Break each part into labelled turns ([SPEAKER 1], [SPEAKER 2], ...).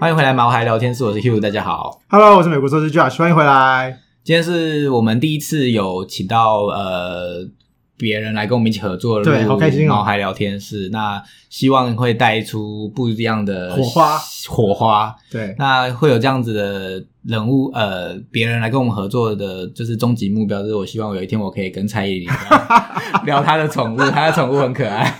[SPEAKER 1] 欢迎回来毛孩聊天室，我是 Hugh，大家好。
[SPEAKER 2] Hello，我是美国硕士 Josh，欢迎回来。
[SPEAKER 1] 今天是我们第一次有请到呃别人来跟我们一起合作，
[SPEAKER 2] 对好开心哦
[SPEAKER 1] 毛孩聊天室，那希望会带出不一样的
[SPEAKER 2] 火花，
[SPEAKER 1] 火花。
[SPEAKER 2] 对，
[SPEAKER 1] 那会有这样子的人物，呃，别人来跟我们合作的，就是终极目标，就是我希望有一天我可以跟蔡依林聊 她的宠物，她的宠物很可 爱。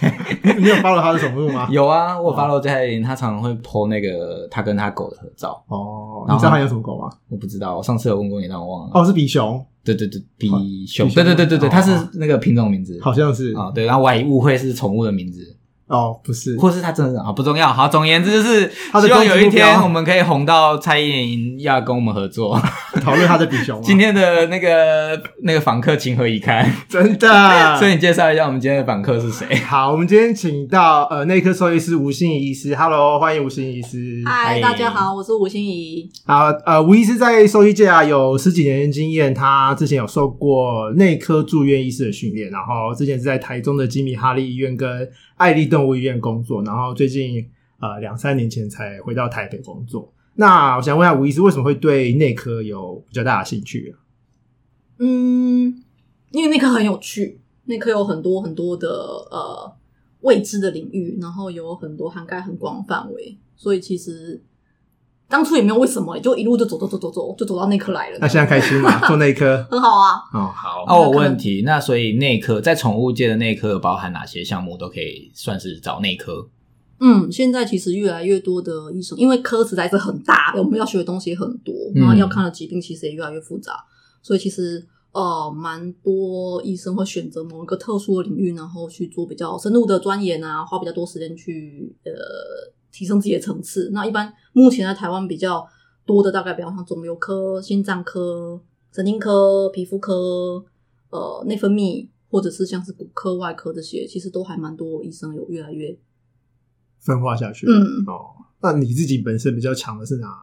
[SPEAKER 2] 你有 follow 他的宠物吗？
[SPEAKER 1] 有啊，我有 follow 蔡依林，她常常会 po 那个她跟她狗的合照。
[SPEAKER 2] 哦，
[SPEAKER 1] 然后
[SPEAKER 2] 你知道他有什么狗吗？
[SPEAKER 1] 我不知道，我上次有问过你，但我忘了。
[SPEAKER 2] 哦，是比熊，
[SPEAKER 1] 对对对，
[SPEAKER 2] 好
[SPEAKER 1] 比熊，
[SPEAKER 2] 比
[SPEAKER 1] 对
[SPEAKER 2] 熊
[SPEAKER 1] 对对对对，
[SPEAKER 2] 哦
[SPEAKER 1] 它是那个品种名字。
[SPEAKER 2] 好像是。
[SPEAKER 1] 啊、对，然后我还误会是宠物的名字，
[SPEAKER 2] 哦，不是，
[SPEAKER 1] 或是它真的是啊、不重要。好，总而言之就是，
[SPEAKER 2] 它的
[SPEAKER 1] 希望有一
[SPEAKER 2] 终极目标
[SPEAKER 1] 天我们可以红到蔡依林要跟我们合作。
[SPEAKER 2] 讨论他的比熊吗。
[SPEAKER 1] 今天的那个那个访客情何以堪？
[SPEAKER 2] 真 的，
[SPEAKER 1] 所以你介绍一下我们今天的访客是谁？
[SPEAKER 2] 好，我们今天请到呃内科兽医师吴欣怡医师，Hello，欢迎吴欣怡医师。
[SPEAKER 1] 嗨
[SPEAKER 3] 嗨，大家好，我是吴欣怡。
[SPEAKER 2] 啊，呃，吴医师在兽医界啊有十几年的经验，他之前有受过内科住院医师的训练，然后之前是在台中的吉米哈利医院跟爱丽动物医院工作，然后最近呃两三年前才回到台北工作。那我想问一下吴医师，为什么会对内科有比较大的兴趣、啊？
[SPEAKER 3] 嗯，因为那科很有趣，那科有很多很多的呃未知的领域，然后有很多涵盖很广范围，所以其实当初也没有为什么，就一路就走走走走走，就走到那科来了。
[SPEAKER 2] 那现在开心吗？做 内科？
[SPEAKER 3] 很好啊，
[SPEAKER 2] 哦，
[SPEAKER 1] 好，那我有问题，那所以内科在宠物界的内科有包含哪些项目都可以算是找内科？
[SPEAKER 3] 嗯，现在其实越来越多的医生，因为科实在是很大，我们要学的东西很多，然后要看的疾病其实也越来越复杂，所以其实呃，蛮多医生会选择某一个特殊的领域，然后去做比较深入的钻研啊，花比较多时间去呃提升自己的层次。那一般目前在台湾比较多的，大概比方像肿瘤科、心脏科、神经科、皮肤科、呃内分泌，或者是像是骨科、外科这些，其实都还蛮多医生有越来越。
[SPEAKER 2] 分化下去。
[SPEAKER 3] 嗯
[SPEAKER 2] 哦，那你自己本身比较强的是哪哦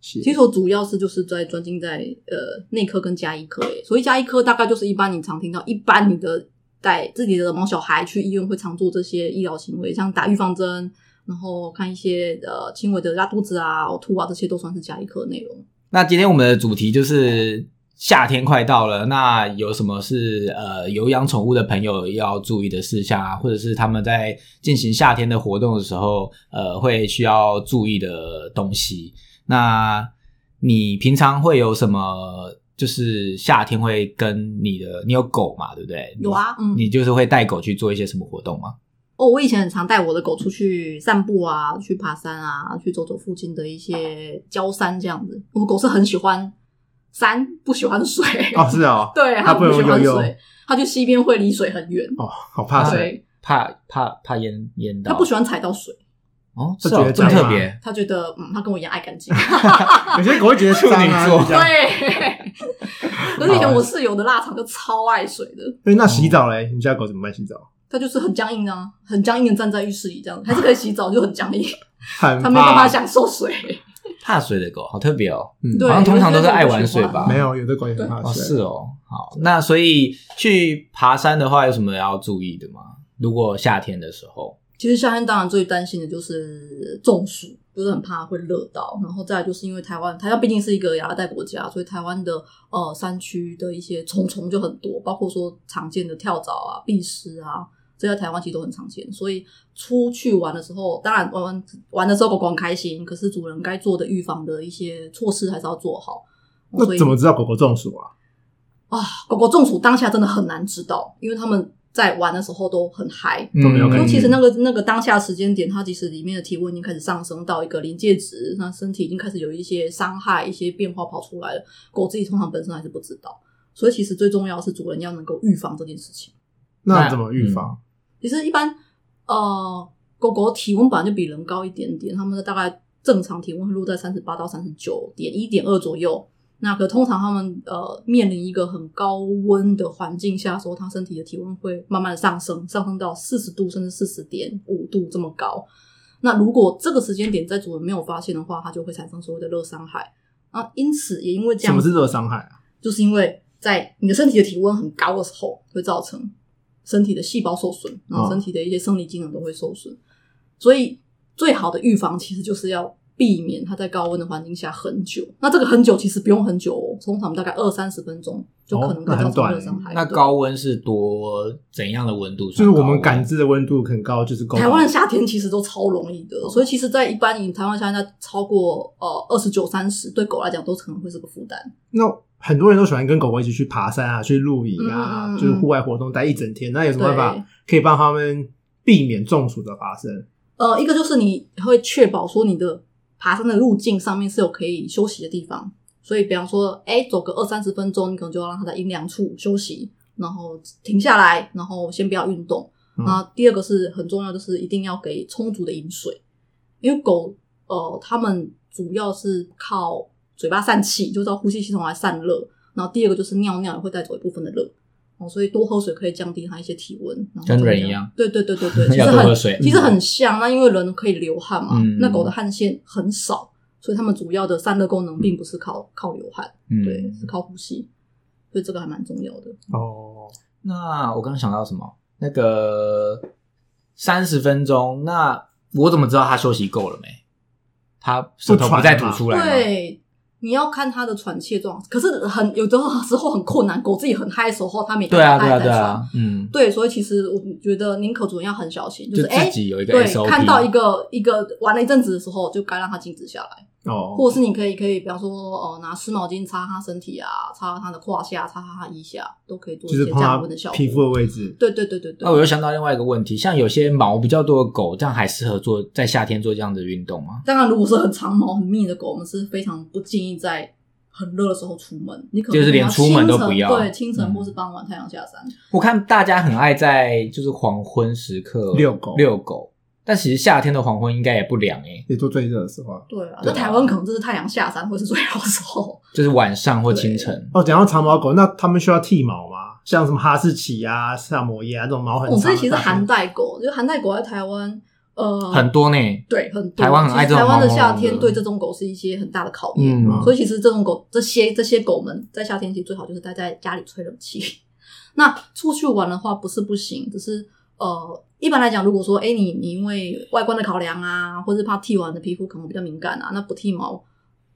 [SPEAKER 2] 些？
[SPEAKER 3] 其实我主要是就是在专精在呃内科跟加医科诶，所以加医科大概就是一般你常听到，一般你的带自己的毛小孩去医院会常做这些医疗行为，像打预防针，然后看一些呃轻微的拉肚子啊、呕吐啊，这些都算是加医科内容。
[SPEAKER 1] 那今天我们的主题就是夏天快到了，那有什么是呃有养宠物的朋友要注意的事项啊，或者是他们在进行夏天的活动的时候，呃，会需要注意的呃东西？那你平常会有什么？就是夏天会跟你的，你有狗嘛，对不对？
[SPEAKER 3] 有啊，嗯，
[SPEAKER 1] 你就是会带狗去做一些什么活动吗？
[SPEAKER 3] 哦，我以前很常带我的狗出去散步啊，去爬山啊，去走走附近的一些郊山这样子。我狗是很喜欢山，不喜欢水。
[SPEAKER 2] 哦，是哦，
[SPEAKER 3] 对，
[SPEAKER 2] 它
[SPEAKER 3] 它
[SPEAKER 2] 不
[SPEAKER 3] 不喜
[SPEAKER 2] 能
[SPEAKER 3] 欢
[SPEAKER 2] 游泳
[SPEAKER 3] 水，它去西边会离水很远。
[SPEAKER 2] 哦，好怕水。
[SPEAKER 3] 对，
[SPEAKER 1] 怕怕怕淹淹到？
[SPEAKER 3] 他不喜欢踩到水，
[SPEAKER 1] 哦，
[SPEAKER 2] 他
[SPEAKER 1] 是哦
[SPEAKER 2] 觉得
[SPEAKER 1] 这么
[SPEAKER 2] 脏
[SPEAKER 1] 特
[SPEAKER 2] 吗
[SPEAKER 1] 别。
[SPEAKER 3] 他觉得嗯，他跟我一样爱干 净。
[SPEAKER 2] 有些狗会觉得脏啊，
[SPEAKER 1] 处女座
[SPEAKER 2] 就这样 啊
[SPEAKER 3] 对，可是以前我室友的腊肠就超爱水的，
[SPEAKER 2] 对，哎那洗澡嘞？你家狗怎么办？洗澡
[SPEAKER 3] 他就是很僵硬啊，很僵硬的站在浴室里这样，还是可以洗澡，就很僵硬，
[SPEAKER 2] 很
[SPEAKER 3] 他没有办法享受水。
[SPEAKER 1] 怕水的狗，好特别哦。
[SPEAKER 2] 嗯
[SPEAKER 3] 对
[SPEAKER 1] 好像通常都是爱玩水吧？
[SPEAKER 2] 没有，有的狗也很怕
[SPEAKER 1] 哦，
[SPEAKER 2] 水。
[SPEAKER 1] 是哦。好，那所以去爬山的话，有什么要注意的吗？如果夏天的时候，
[SPEAKER 3] 其实夏天当然最担心的就是呃中暑，就是很怕会热到，然后再来就是因为台湾，台湾毕竟是一个亚热带国家，所以台湾的呃山区的一些虫虫就很多，包括说常见的跳蚤啊、蜱虱啊，这在台湾其实都很常见。所以出去玩的时候，当然玩玩玩的时候狗狗很开心，可是主人该做的预防的一些措施还是要做好。哦所
[SPEAKER 2] 那
[SPEAKER 3] 以
[SPEAKER 2] 怎么知道狗狗中暑啊？
[SPEAKER 3] 啊？狗狗中暑当下真的很难知道，因为他们在玩的时候都很嗨，
[SPEAKER 1] 都
[SPEAKER 2] 没有
[SPEAKER 3] 因
[SPEAKER 2] 感
[SPEAKER 3] 为
[SPEAKER 2] 觉
[SPEAKER 3] 其实那个那个当下时间点，它其实里面的体温已经开始上升到一个临界值，那身体已经开始有一些伤害、一些变化跑出来了。狗自己通常本身还是不知道，所以其实最重要的是主人要能够预防这件事情。
[SPEAKER 2] 那嗯怎么预防？
[SPEAKER 3] 其实一般呃，狗狗体温本来就比人高一点点，它们的大概正常体温会落在三十八到三十九点一点二左右。那可通常它们呃面临一个很高温的环境下的时候，它身体的体温会慢慢的上升，上升到四十度甚至四十点五度这么高。那如果这个时间点在主人没有发现的话，它就会产生所谓的热伤害啊。因此也因为这
[SPEAKER 2] 什
[SPEAKER 3] 样
[SPEAKER 2] 么
[SPEAKER 3] 子，
[SPEAKER 2] 是热伤害啊？
[SPEAKER 3] 就是因为在你的身体的体温很高的时候，会造成身体的细胞受损，然后身体的一些生理机能都会受损。所以最好的预防其实就是要避免它在高温的环境下很久。那这个很久其实不用很久哦，通常大概二三十分钟就可能
[SPEAKER 2] 哦那
[SPEAKER 3] 会
[SPEAKER 2] 很
[SPEAKER 3] 造成
[SPEAKER 2] 短
[SPEAKER 3] 热伤害。
[SPEAKER 1] 那
[SPEAKER 3] 对
[SPEAKER 1] 高温是多怎样的温度
[SPEAKER 2] 就
[SPEAKER 1] 算
[SPEAKER 2] 是
[SPEAKER 1] 高温？
[SPEAKER 2] 我们感知的温度很高，就是够高。
[SPEAKER 3] 台湾的夏天其实都超容易的，所以其实，在一般以台湾夏天，它超过呃二十九、三十，对狗来讲都可能会是个负担。
[SPEAKER 2] 那很多人都喜欢跟狗狗一起去爬山啊，去露营啊，
[SPEAKER 3] 嗯嗯嗯
[SPEAKER 2] 就是户外活动待一整天。那有什么办
[SPEAKER 3] 对
[SPEAKER 2] 法可以帮他们避免中暑的发生？
[SPEAKER 3] 呃，一个就是你会确保说你的爬山的路径上面是有可以休息的地方，所以比方说，哎，走个二三十分钟，你可能就要让它在阴凉处休息，然后停下来，然后先不要运动。
[SPEAKER 2] 嗯
[SPEAKER 3] 那、第二个是很重要，就是一定要给充足的饮水，因为狗呃，它们主要是靠嘴巴散气，就是靠呼吸系统来散热。然后第二个就是尿尿也会带走一部分的热。哦，所以多喝水可以降低它一些体温，然后
[SPEAKER 1] 跟人
[SPEAKER 3] 增加
[SPEAKER 1] 一样。
[SPEAKER 3] 对对对对对，其实
[SPEAKER 1] 要多
[SPEAKER 3] 很
[SPEAKER 1] 喝水。
[SPEAKER 3] 其实很像，那因为人可以流汗嘛，
[SPEAKER 1] 嗯
[SPEAKER 3] 那狗的汗腺很少，所以它们主要的散热功能并不是靠靠流汗，
[SPEAKER 1] 嗯
[SPEAKER 3] 对，是靠呼吸，所以这个还蛮重要的。
[SPEAKER 2] 哦，
[SPEAKER 1] 那我刚刚想到什么？那个三十分钟，那我怎么知道他休息够了没？他舌头不再吐出来吗？
[SPEAKER 3] 对，你要看它的喘气状况，可是很有的时候很困难，狗自己很嗨的时候，它没
[SPEAKER 1] 对啊，对
[SPEAKER 3] 它
[SPEAKER 1] 啊，
[SPEAKER 3] 还在
[SPEAKER 1] 对
[SPEAKER 3] 喘
[SPEAKER 1] 啊，嗯，
[SPEAKER 3] 对，所以其实我觉得宁可主人要很小心，
[SPEAKER 1] 就是
[SPEAKER 3] 哎
[SPEAKER 1] 自。己有一个
[SPEAKER 3] 对，
[SPEAKER 1] SOP，
[SPEAKER 3] 看到一个一个玩了一阵子的时候，就该让它静止下来。
[SPEAKER 2] 哦，
[SPEAKER 3] 或者是你可以可以，比方说，哦、拿湿毛巾擦擦身体啊，擦擦他的胯下，擦擦他腋下，都可以做
[SPEAKER 2] 就
[SPEAKER 3] 一
[SPEAKER 2] 是
[SPEAKER 3] 些
[SPEAKER 2] 碰
[SPEAKER 3] 降
[SPEAKER 2] 到
[SPEAKER 3] 温的效果。
[SPEAKER 2] 皮肤的位置。
[SPEAKER 3] 对对对对对。
[SPEAKER 1] 那我又想到另外一个问题，像有些毛比较多的狗，这样还适合做在夏天做这样的运动吗？
[SPEAKER 3] 当然，如果是很长毛、很密的狗，我们是非常不建议在很热的时候出门。你可能
[SPEAKER 1] 就是连出门都
[SPEAKER 3] 清晨
[SPEAKER 1] 不要
[SPEAKER 3] 对，清晨
[SPEAKER 1] 嗯
[SPEAKER 3] 或是傍晚太阳下山。
[SPEAKER 1] 我看大家很爱在就是黄昏时刻
[SPEAKER 2] 遛狗
[SPEAKER 1] 遛狗，但其实夏天的黄昏应该也不凉欸诶、
[SPEAKER 2] 也做最热的时候啊
[SPEAKER 3] 对啊，
[SPEAKER 1] 对
[SPEAKER 3] 那
[SPEAKER 1] 啊
[SPEAKER 3] 台湾可能就是太阳下山会是最好的时 候。
[SPEAKER 1] 就是晚上或清晨。
[SPEAKER 2] 哦，讲到长毛狗，那他们需要剃毛吗？像什么哈士奇啊、萨摩耶啊这种毛很
[SPEAKER 3] 我
[SPEAKER 2] 长的。
[SPEAKER 3] 哦所以其实
[SPEAKER 2] 大
[SPEAKER 3] 寒
[SPEAKER 2] 型
[SPEAKER 3] 带狗，就是寒带狗在台湾，呃，
[SPEAKER 1] 很多呢，
[SPEAKER 3] 对很多
[SPEAKER 1] 台湾很爱
[SPEAKER 3] 其
[SPEAKER 1] 这种
[SPEAKER 3] 实台湾的
[SPEAKER 1] 毛毛
[SPEAKER 3] 夏
[SPEAKER 1] 的
[SPEAKER 3] 天对这种狗是一些很大的考验。
[SPEAKER 1] 嗯，
[SPEAKER 3] 所以其实这种狗，这些这些狗们在夏天其实最好就是待在家里吹冷气。 那出去玩的话不是不行，只是呃，一般来讲，如果说哎、诶你你因为外观的考量啊，或是怕剃完的皮肤可能比较敏感啊，那不剃毛，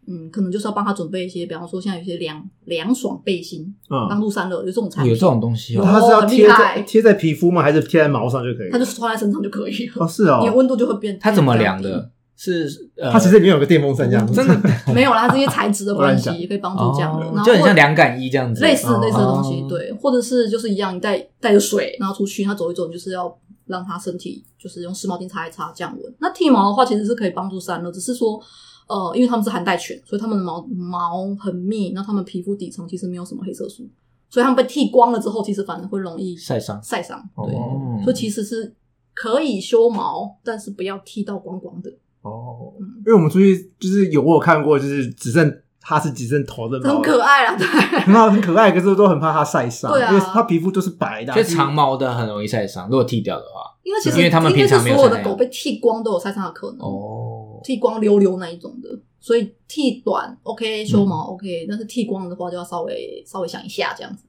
[SPEAKER 3] 嗯，可能就是要帮他准备一些，比方说现在有一些凉凉爽背心，帮
[SPEAKER 2] 嗯，
[SPEAKER 3] 助散热，有这种产
[SPEAKER 1] 哦有
[SPEAKER 3] 品，
[SPEAKER 1] 这种东西
[SPEAKER 3] 有
[SPEAKER 1] 哦。
[SPEAKER 2] 它是要
[SPEAKER 3] 很厉
[SPEAKER 2] 贴在
[SPEAKER 3] 害
[SPEAKER 2] 贴在皮肤吗？还是贴在毛上就可以
[SPEAKER 3] 它？就是穿在身上就可以
[SPEAKER 2] 哦，
[SPEAKER 3] 了，
[SPEAKER 2] 是哦
[SPEAKER 3] 你的，温度就会变。
[SPEAKER 1] 它怎么量
[SPEAKER 3] 变
[SPEAKER 1] 的？是呃，
[SPEAKER 2] 它其实里面有个电风扇这样子。
[SPEAKER 1] 真 的
[SPEAKER 3] 低？没有啦，它是因为材质的
[SPEAKER 2] 我乱
[SPEAKER 3] 关
[SPEAKER 2] 讲
[SPEAKER 3] 系，可以帮
[SPEAKER 1] 哦
[SPEAKER 3] 助降热，然后
[SPEAKER 1] 就很
[SPEAKER 3] 或
[SPEAKER 1] 像凉感衣这样子，
[SPEAKER 3] 类似
[SPEAKER 2] 哦
[SPEAKER 3] 类似的东西
[SPEAKER 1] 哦，
[SPEAKER 3] 对，或者是就是一样，你带带着水，然后出去，它走一走，你就是要让它身体就是用湿毛巾擦一擦降温。那剃毛的话，其实是可以帮助散热，只是说，呃，因为它们是寒带犬，所以它们的毛毛很密，那它们皮肤底层其实没有什么黑色素，所以它们被剃光了之后，其实反而会容易
[SPEAKER 1] 晒伤。
[SPEAKER 3] 晒伤。对，
[SPEAKER 1] 哦
[SPEAKER 3] 所以其实是可以修毛，但是不要剃到光光的，
[SPEAKER 2] 哦，
[SPEAKER 3] 嗯
[SPEAKER 2] 因为我们出去就是有我有看过，就是只剩哈士奇剩头的毛，
[SPEAKER 3] 很可爱啦，对。
[SPEAKER 2] 很好，很可爱，可是我都很怕它晒伤，
[SPEAKER 3] 对啊
[SPEAKER 2] 因为它皮肤都是白的啊，
[SPEAKER 1] 所以长毛的很容易晒伤，如果剃掉的话。
[SPEAKER 3] 因为其实
[SPEAKER 1] 因为它们
[SPEAKER 3] 应该
[SPEAKER 1] 平常
[SPEAKER 3] 是
[SPEAKER 1] 没有
[SPEAKER 3] 所有
[SPEAKER 1] 晒
[SPEAKER 3] 的
[SPEAKER 1] 太阳
[SPEAKER 3] 狗被剃光都有晒伤的可能。
[SPEAKER 1] 哦，
[SPEAKER 3] 剃光溜溜那一种的，所以剃短 OK，修
[SPEAKER 1] 嗯
[SPEAKER 3] 毛 OK，、但是剃光的话就要稍微稍微想一下这样子，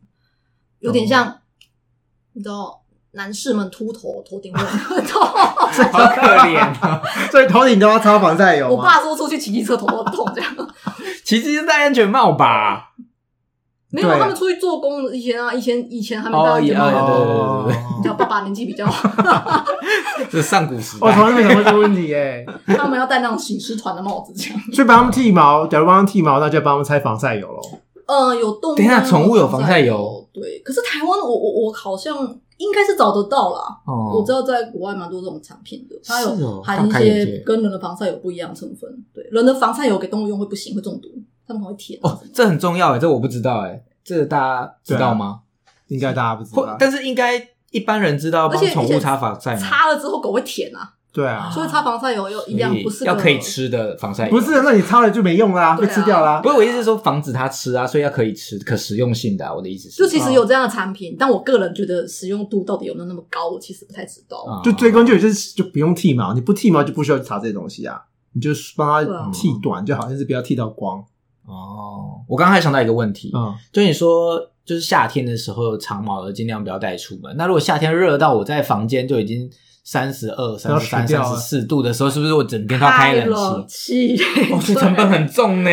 [SPEAKER 3] 有点像、
[SPEAKER 1] 哦
[SPEAKER 3] 你知道男士们秃头，头 顶会很痛。
[SPEAKER 1] 好可怜 啊！
[SPEAKER 2] 所以头顶都要擦防晒油
[SPEAKER 3] 我
[SPEAKER 2] 嘛。
[SPEAKER 3] 爸说出去骑机车头都很痛这样，
[SPEAKER 1] 其实是戴安全帽吧？
[SPEAKER 3] 没有啊
[SPEAKER 2] 对
[SPEAKER 3] 他们出去做工以前啊，以前以前还没
[SPEAKER 1] 哦，
[SPEAKER 3] 到
[SPEAKER 1] 也
[SPEAKER 3] 这
[SPEAKER 1] 哦，
[SPEAKER 3] 么。
[SPEAKER 1] 对对对对
[SPEAKER 3] 你
[SPEAKER 2] 哦
[SPEAKER 3] 知道爸爸年纪比较，
[SPEAKER 1] 对，这是上古时
[SPEAKER 2] 我哦从
[SPEAKER 1] 代。
[SPEAKER 2] 来没有想过这个问题耶，
[SPEAKER 3] 他们要戴那种醒狮团的帽子这样。
[SPEAKER 2] 所以帮他们剃毛，假如帮他们剃毛，那就帮他们拆防晒油喽。
[SPEAKER 3] 呃，有动物。
[SPEAKER 1] 等一下宠物有防晒油
[SPEAKER 3] 油，对。可是台湾我我我好像应该是找得到啦，
[SPEAKER 1] 哦
[SPEAKER 3] 我知道在国外蛮多这种产品的，它
[SPEAKER 1] 是哦
[SPEAKER 3] 有含一
[SPEAKER 1] 大开眼界
[SPEAKER 3] 些跟人的防晒有不一样的成分。对，人的防晒油给动物用会不行，会中毒，它们可能会舔
[SPEAKER 1] 哦
[SPEAKER 3] 啊什么，的。
[SPEAKER 1] 这很重要哎，这我不知道哎，这大家知道吗？
[SPEAKER 2] 应该大家不啊知
[SPEAKER 1] 或
[SPEAKER 2] 道，
[SPEAKER 1] 但是应该一般人知道
[SPEAKER 3] 而
[SPEAKER 1] 帮
[SPEAKER 3] 且
[SPEAKER 1] 宠
[SPEAKER 3] 而
[SPEAKER 1] 物
[SPEAKER 3] 且
[SPEAKER 1] 擦防晒吗？
[SPEAKER 3] 擦了之后狗会舔啊，
[SPEAKER 2] 对啊，
[SPEAKER 3] 所以擦防晒油又一样不是
[SPEAKER 1] 要
[SPEAKER 3] 个
[SPEAKER 1] 可以。吃的防晒油
[SPEAKER 2] 不是，那你擦了就没用啦，
[SPEAKER 3] 对
[SPEAKER 2] 被
[SPEAKER 3] 啊
[SPEAKER 2] 吃掉啦。
[SPEAKER 1] 不是我意思是说防止它吃啊，所以要可以吃可食用性的啊、我的意思是，
[SPEAKER 3] 就其实有这样的产品，但我个人觉得使用度到底有没有那么高，我其实不太知道。
[SPEAKER 1] 啊
[SPEAKER 2] 就追根究底就是就不用剃毛，你不剃毛就不需要去擦这些东西啊，你就帮
[SPEAKER 3] 对
[SPEAKER 2] 它
[SPEAKER 3] 啊
[SPEAKER 2] 剃短就好，但是不要剃到光。
[SPEAKER 1] 哦。我刚刚还想到一个问题，
[SPEAKER 2] 嗯，
[SPEAKER 1] 就你说就是夏天的时候长毛的尽量不要带出门。那如果夏天热到我在房间就已经三十二、
[SPEAKER 2] 要
[SPEAKER 1] 三十三、
[SPEAKER 2] 死掉
[SPEAKER 1] 三
[SPEAKER 2] 了
[SPEAKER 1] 十四度的时候，是不是我整天都要开冷气？
[SPEAKER 3] 气，
[SPEAKER 1] 哦，这成本很重呢。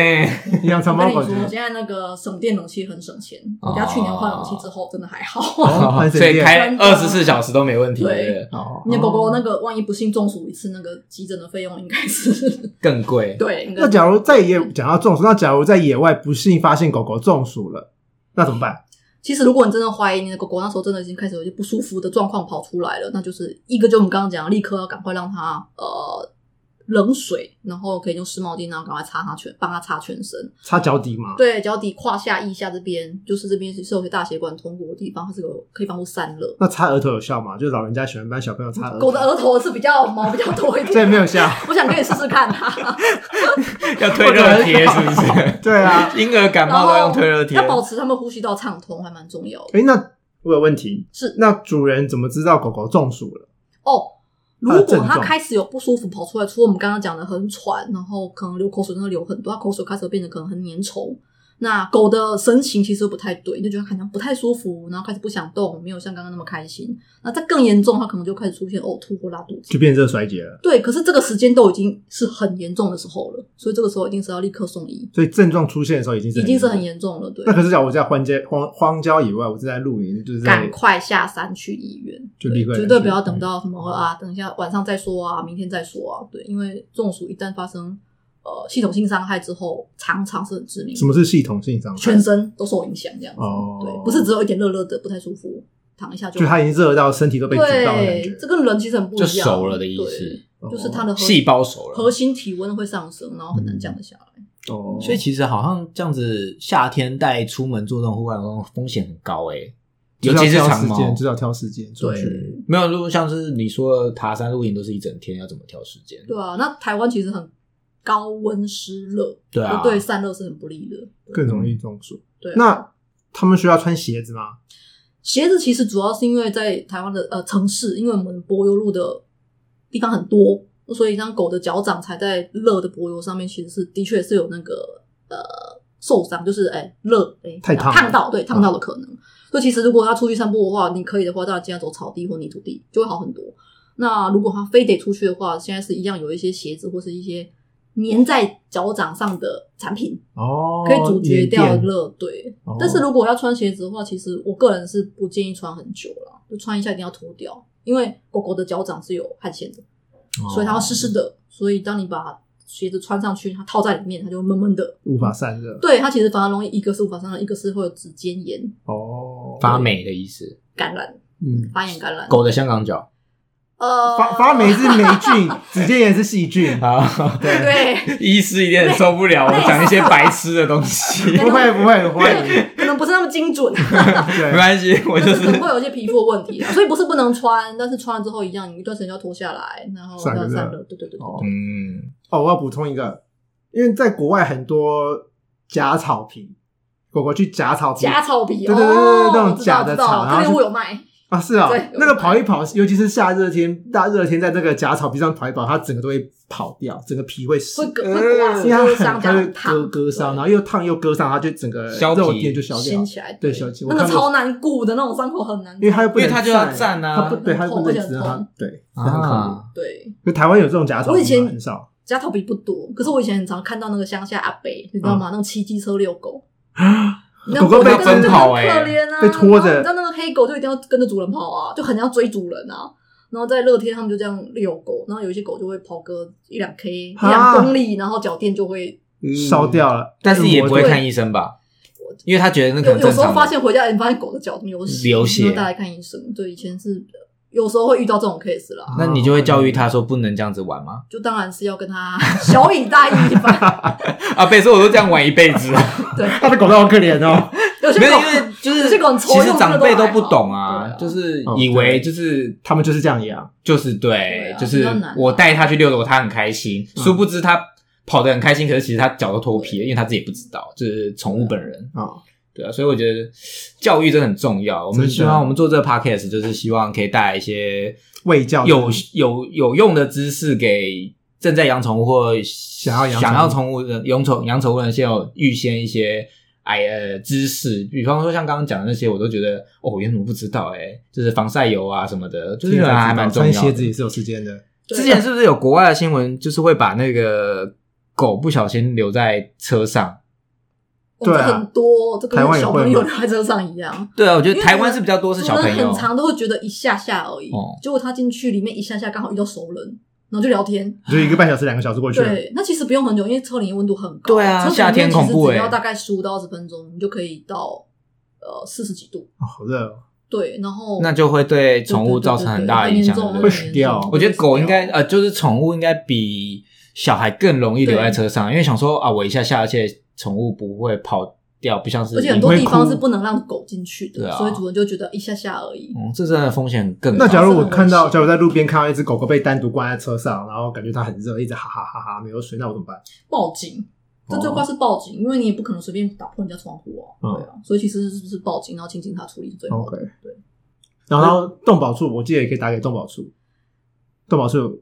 [SPEAKER 2] 养长
[SPEAKER 3] 我跟
[SPEAKER 2] 毛
[SPEAKER 3] 你
[SPEAKER 2] 感
[SPEAKER 3] 说，
[SPEAKER 2] 觉
[SPEAKER 3] 现在那个省电冷气很省钱。
[SPEAKER 1] 哦
[SPEAKER 3] 我家去年换冷气之后，真的还好。
[SPEAKER 2] 哦很省
[SPEAKER 1] 所以
[SPEAKER 2] 电
[SPEAKER 1] 开
[SPEAKER 3] 真的
[SPEAKER 1] 二十四小时都没问题，
[SPEAKER 3] 对
[SPEAKER 1] 对不对
[SPEAKER 2] 哦
[SPEAKER 3] 你的狗狗那个万一不幸中暑一次，那个急诊的费用应该是
[SPEAKER 1] 更贵。
[SPEAKER 3] 对。应该
[SPEAKER 2] 那假如在野讲到中暑，那假如在野外不幸发现狗狗中暑了，那怎么办？
[SPEAKER 3] 其实如果你真的怀疑你的狗狗那时候真的已经开始有一些不舒服的状况跑出来了，那就是一个就我们刚刚讲的，立刻要赶快让它呃冷水，然后可以用湿毛巾，然后赶快擦它全，帮它擦全身。
[SPEAKER 2] 擦脚底嘛？
[SPEAKER 3] 对，脚底、胯下、腋下这边，就是这边是有些大血管通过的地方，它是个可以帮助散热。
[SPEAKER 2] 那擦额头有效吗？就是老人家喜欢帮小朋友
[SPEAKER 1] 呃
[SPEAKER 2] 擦额
[SPEAKER 3] 狗
[SPEAKER 2] 头
[SPEAKER 3] 的，额头是比较毛比较多一 点，
[SPEAKER 2] 这也没有效。
[SPEAKER 3] 我想可以试试看它。
[SPEAKER 1] 要退热贴是不 是？
[SPEAKER 2] 对啊，
[SPEAKER 1] 婴儿感
[SPEAKER 3] 然
[SPEAKER 1] 冒
[SPEAKER 3] 后
[SPEAKER 1] 都要用退热贴
[SPEAKER 3] 要。保持它们呼吸道畅通还蛮重要的。
[SPEAKER 2] 哎，那我有问题，
[SPEAKER 3] 是
[SPEAKER 2] 那主人怎么知道狗狗中暑了？
[SPEAKER 3] 哦，如
[SPEAKER 2] 它的
[SPEAKER 3] 果
[SPEAKER 2] 症
[SPEAKER 3] 它
[SPEAKER 2] 状
[SPEAKER 3] 开始有不舒服跑出来，除了我们刚刚讲的很喘，然后可能流口水真的流很多，它口水开始变得可能很粘稠。那狗的神情其实不太对，就觉得它好像不太舒服，然后开始不想动，没有像刚刚那么开心。那再更严重，它可能就开始出现呕吐或拉肚子
[SPEAKER 2] 就。变热衰竭了，
[SPEAKER 3] 对，可是这个时间都已经是很严重的时候了，所以这个时候一定是要立刻送医，
[SPEAKER 2] 所以症状出现的时候已经是
[SPEAKER 3] 已经是很
[SPEAKER 2] 严重。
[SPEAKER 3] 严重了。对，
[SPEAKER 2] 那可是假如我在荒郊荒荒郊野外，我是在露营，就是在
[SPEAKER 3] 赶快下山去医院，
[SPEAKER 2] 就
[SPEAKER 3] 对
[SPEAKER 2] 立刻来
[SPEAKER 3] 绝对
[SPEAKER 2] 去
[SPEAKER 3] 不要
[SPEAKER 2] 嗯
[SPEAKER 3] 等到什么啊，等一下晚上再说啊，明天再说啊，对，因为中暑一旦发生呃系统性伤害之后，常常是很致命，
[SPEAKER 2] 什么是系统性伤害？
[SPEAKER 3] 全身都受影响这样子，
[SPEAKER 2] 哦
[SPEAKER 3] 对，不是只有一点热热的不太舒服，躺一下就
[SPEAKER 2] 就它已经热到身体都被煮到的感
[SPEAKER 3] 对
[SPEAKER 2] 觉，，
[SPEAKER 3] 这跟人其实很不一样，
[SPEAKER 1] 就熟了的意思
[SPEAKER 3] 对
[SPEAKER 2] 哦
[SPEAKER 3] 就是它的核
[SPEAKER 1] 细胞熟了
[SPEAKER 3] 核心体温会上升，然后很难降得下来。
[SPEAKER 2] 哦，
[SPEAKER 1] 所以其实好像这样子，夏天带出门做这种户外活动风险很高诶、尤
[SPEAKER 2] 就是
[SPEAKER 1] 其是
[SPEAKER 2] 要挑
[SPEAKER 1] 长
[SPEAKER 2] 时
[SPEAKER 1] 毛。
[SPEAKER 2] 间，就是要挑时间出
[SPEAKER 3] 对
[SPEAKER 2] 去。
[SPEAKER 1] 没有，如果像是你说的爬山露营都是一整天，要怎么挑时间？
[SPEAKER 3] 对啊，那台湾其实很高温湿热，
[SPEAKER 1] 对啊
[SPEAKER 3] 对散热是很不利的。
[SPEAKER 2] 更容易中暑。
[SPEAKER 3] 对啊
[SPEAKER 2] 那他们需要穿鞋子吗？
[SPEAKER 3] 鞋子其实主要是因为在台湾的呃城市，因为我们柏油路的地方很多，所以让狗的脚掌踩在热的柏油上面，其实是的确是有那个呃受伤，就是哎热哎
[SPEAKER 2] 太烫了
[SPEAKER 3] 烫到对烫到的可能。所以其实如果它出去散步的话，你可以的话，当然尽量走草地或泥土地就会好很多。那如果它非得出去的话，现在是一样有一些鞋子或是一些粘在脚掌上的产品，
[SPEAKER 2] 哦，
[SPEAKER 3] 可以阻绝掉
[SPEAKER 2] 缅甸
[SPEAKER 3] 热，对
[SPEAKER 2] 哦。
[SPEAKER 3] 但是如果要穿鞋子的话，其实我个人是不建议穿很久了，就穿一下一定要脱掉，因为狗狗的脚掌是有汗腺的，
[SPEAKER 2] 哦
[SPEAKER 3] 所
[SPEAKER 1] 哦
[SPEAKER 3] 以它会湿湿的。所以当你把鞋子穿上去，它套在里面，它就闷闷的。
[SPEAKER 2] 无法散热。
[SPEAKER 3] 对它其实反而容易，一个是无法上热，一个是会有指尖炎
[SPEAKER 2] 哦，
[SPEAKER 1] 发霉的意思。
[SPEAKER 3] 感染、
[SPEAKER 2] 嗯，
[SPEAKER 3] 发炎感染。
[SPEAKER 1] 狗的香港脚
[SPEAKER 3] 呃，
[SPEAKER 2] 发发 霉是霉菌，指尖炎是 细菌。
[SPEAKER 1] 啊，
[SPEAKER 3] 对，
[SPEAKER 1] 医师一定很受不了，我讲一些白痴的东西。
[SPEAKER 2] 不会不会不会，
[SPEAKER 3] 对，可能不是那么 精 准。
[SPEAKER 1] 没
[SPEAKER 2] 对，
[SPEAKER 1] 关系，我就
[SPEAKER 3] 就是 可能
[SPEAKER 1] 是
[SPEAKER 3] 会有一些皮肤的问题啊，所以不是不能穿，但是穿了之后一样，你一段时间就要脱下来，然后
[SPEAKER 2] 散
[SPEAKER 3] 要
[SPEAKER 2] 热
[SPEAKER 3] 散热，对对对对
[SPEAKER 2] 哦
[SPEAKER 3] 对。
[SPEAKER 1] 嗯，
[SPEAKER 2] 哦，我要补充一个，因为在国外很多假草坪，狗狗去假草坪
[SPEAKER 3] 假草皮，
[SPEAKER 2] 对对对对对
[SPEAKER 3] 哦
[SPEAKER 2] 那种
[SPEAKER 3] 我知道
[SPEAKER 2] 假的
[SPEAKER 3] 我知道
[SPEAKER 2] 草然后
[SPEAKER 3] 这边
[SPEAKER 2] 就
[SPEAKER 3] 我有卖，
[SPEAKER 2] 啊，是啊
[SPEAKER 3] 对，
[SPEAKER 2] 那个跑一跑，尤其是夏热天、大热天，在那个假草皮上跑一跑，它整个都会跑掉，整个皮会湿
[SPEAKER 3] 会割
[SPEAKER 1] 呃
[SPEAKER 3] 会刮
[SPEAKER 2] 因为它
[SPEAKER 3] 割
[SPEAKER 2] 很
[SPEAKER 3] 伤
[SPEAKER 2] 它
[SPEAKER 3] 这
[SPEAKER 2] 会
[SPEAKER 3] 样烫
[SPEAKER 2] 割割伤，
[SPEAKER 3] 对
[SPEAKER 2] 然后又烫又割伤，它就整个
[SPEAKER 1] 削皮
[SPEAKER 2] 肉垫就削掉
[SPEAKER 3] 掀。起来，
[SPEAKER 2] 对小鸡我
[SPEAKER 3] 那个
[SPEAKER 2] 看过
[SPEAKER 3] 超难顾的那种伤口很难，
[SPEAKER 2] 因为它又不能
[SPEAKER 1] 因为它就要站啊
[SPEAKER 2] 它不对，它
[SPEAKER 3] 很
[SPEAKER 2] 又不
[SPEAKER 3] 痛
[SPEAKER 2] 能
[SPEAKER 3] 而且
[SPEAKER 2] 直，
[SPEAKER 3] 很
[SPEAKER 2] 它
[SPEAKER 3] 痛
[SPEAKER 2] 对，很恐怖。
[SPEAKER 1] 啊，
[SPEAKER 3] 对。
[SPEAKER 2] 就台湾有这种假草
[SPEAKER 3] 我以
[SPEAKER 2] 皮吗，
[SPEAKER 3] 前
[SPEAKER 2] 很少。
[SPEAKER 3] 假草皮不多，可是我以前很常看到那个乡下阿伯，你知道吗？那种骑机车 遛狗，那
[SPEAKER 2] 嗯狗狗被
[SPEAKER 3] 真的
[SPEAKER 2] 奔
[SPEAKER 1] 跑
[SPEAKER 3] 很
[SPEAKER 1] 欸
[SPEAKER 3] 可怜啊，
[SPEAKER 2] 被拖着
[SPEAKER 3] 然后你知道那个黑狗就一定要跟着主人跑啊，就很要追主人啊。然后在乐天，他们就这样遛狗，然后有一些狗就会跑个一两 K、一
[SPEAKER 2] 啊
[SPEAKER 3] 两公里，然后脚垫就会
[SPEAKER 2] 烧掉了，
[SPEAKER 1] 嗯但是也不会
[SPEAKER 2] 磨
[SPEAKER 1] 看医生吧？因为他觉得那可
[SPEAKER 3] 有
[SPEAKER 1] 能
[SPEAKER 3] 有
[SPEAKER 1] 正
[SPEAKER 3] 时候
[SPEAKER 1] 常
[SPEAKER 3] 发
[SPEAKER 1] 吧。
[SPEAKER 3] 现回家，你发现狗的脚流血，
[SPEAKER 1] 流血
[SPEAKER 3] 然后带来看医生。对，以前是有时候会遇到这种 case 啦，
[SPEAKER 1] 那你就会教育他说不能这样子玩吗？
[SPEAKER 3] 就当然是要跟他小以大义 一番。
[SPEAKER 1] 啊，被说我都这样玩一辈 子了，
[SPEAKER 3] 对，
[SPEAKER 2] 它的狗都好可怜哦。
[SPEAKER 3] 有些
[SPEAKER 1] 没有，
[SPEAKER 3] 狗
[SPEAKER 1] 因为就
[SPEAKER 3] 有
[SPEAKER 1] 是
[SPEAKER 3] 些狗很
[SPEAKER 1] 其
[SPEAKER 3] 丑
[SPEAKER 1] 实
[SPEAKER 3] 用
[SPEAKER 1] 长
[SPEAKER 3] 这个
[SPEAKER 1] 辈
[SPEAKER 3] 都
[SPEAKER 1] 都
[SPEAKER 3] 还
[SPEAKER 1] 不
[SPEAKER 3] 好
[SPEAKER 1] 懂啊
[SPEAKER 3] 对，啊
[SPEAKER 1] 就是
[SPEAKER 2] 哦
[SPEAKER 1] 以为
[SPEAKER 2] 对
[SPEAKER 1] 就是
[SPEAKER 2] 他们就是这样养，
[SPEAKER 1] 就是
[SPEAKER 3] 对
[SPEAKER 1] 对
[SPEAKER 3] 啊，
[SPEAKER 1] 就是
[SPEAKER 3] 比较难啊嗯
[SPEAKER 1] 我带他去遛狗，他很开心。殊不知他跑得很开心，可是其实他脚都脱皮了，因为他自己也不知道，就是宠物本人。
[SPEAKER 3] 嗯
[SPEAKER 2] 啊，
[SPEAKER 1] 对啊，所以我觉得教育真的很重要。我
[SPEAKER 2] 真
[SPEAKER 1] 们
[SPEAKER 2] 的
[SPEAKER 1] 希望我们做这个 podcast，就是希望可以带来一些
[SPEAKER 2] 喂教
[SPEAKER 1] 有有有用的知识给正在养宠物或
[SPEAKER 2] 要养
[SPEAKER 1] 想
[SPEAKER 2] 宠
[SPEAKER 1] 要
[SPEAKER 2] 物
[SPEAKER 1] 宠物的养宠养宠物的人，先有预先一些哎呃知识，比方说像刚刚讲的那些，我都觉得哦，我原本不知道哎、就是防晒油啊什么的，就是还蛮重要
[SPEAKER 2] 穿
[SPEAKER 1] 的。
[SPEAKER 2] 鞋子也是有时间的，
[SPEAKER 3] 对
[SPEAKER 1] 之前是不是有国外的新闻，就是会把那个狗不小心留在车上？
[SPEAKER 3] 我们
[SPEAKER 2] 对啊
[SPEAKER 3] 很多，这
[SPEAKER 2] 台湾
[SPEAKER 3] 跟
[SPEAKER 2] 也
[SPEAKER 3] 小
[SPEAKER 2] 会
[SPEAKER 3] 朋友
[SPEAKER 2] 吗
[SPEAKER 3] 留在车上一样。
[SPEAKER 1] 对啊，我觉得
[SPEAKER 3] 因为
[SPEAKER 1] 台湾是比较多是小朋
[SPEAKER 3] 主人
[SPEAKER 1] 友
[SPEAKER 3] 很，长都会觉得一下下而已
[SPEAKER 1] 哦。
[SPEAKER 3] 结果他进去里面一下下刚好遇到熟人，然后就聊天。
[SPEAKER 2] 就一个半小时、两个小时过去了。
[SPEAKER 3] 对，那其实不用很久，因为车里面温度很高。
[SPEAKER 1] 对啊
[SPEAKER 3] 车子里面
[SPEAKER 1] 夏天恐怖
[SPEAKER 3] 其实
[SPEAKER 1] 欸
[SPEAKER 3] 只要大概十五到二十分钟，你就可以到呃四十几度。
[SPEAKER 2] 哦好热哦，
[SPEAKER 3] 对，然后
[SPEAKER 1] 那就会对宠物造成很大的影响，
[SPEAKER 3] 对
[SPEAKER 1] 对
[SPEAKER 3] 对
[SPEAKER 1] 不
[SPEAKER 3] 对对
[SPEAKER 1] 对
[SPEAKER 2] 会
[SPEAKER 3] 对
[SPEAKER 2] 死掉
[SPEAKER 1] 我觉得狗应该呃，就是宠物应该比小孩更容易留在车上，因为想说啊，我一下下，而且宠物不会跑掉，不像是
[SPEAKER 3] 而且很
[SPEAKER 1] 你
[SPEAKER 3] 多
[SPEAKER 1] 会
[SPEAKER 3] 地方是
[SPEAKER 2] 哭
[SPEAKER 3] 不能让狗进去
[SPEAKER 1] 对
[SPEAKER 3] 的，
[SPEAKER 1] 啊
[SPEAKER 3] 所以主人就觉得一下下而已。
[SPEAKER 1] 嗯，这真的风险更高。
[SPEAKER 2] 那假如我
[SPEAKER 3] 很
[SPEAKER 2] 看到，
[SPEAKER 3] 危险
[SPEAKER 2] 假如在路边看到一只狗狗被单独关在车上，然后感觉它很热，一直哈哈哈哈没有水，那我怎么办？
[SPEAKER 3] 报警，这
[SPEAKER 1] 哦
[SPEAKER 3] 最快是报警，因为你也不可能随便打破人家窗户啊，
[SPEAKER 2] 嗯
[SPEAKER 3] 对啊，所以其实是不是报警，然后请警察处理是最好的。
[SPEAKER 2] OK
[SPEAKER 3] 对，
[SPEAKER 2] 哦然后动保处，我记得也可以打给动保处，动保处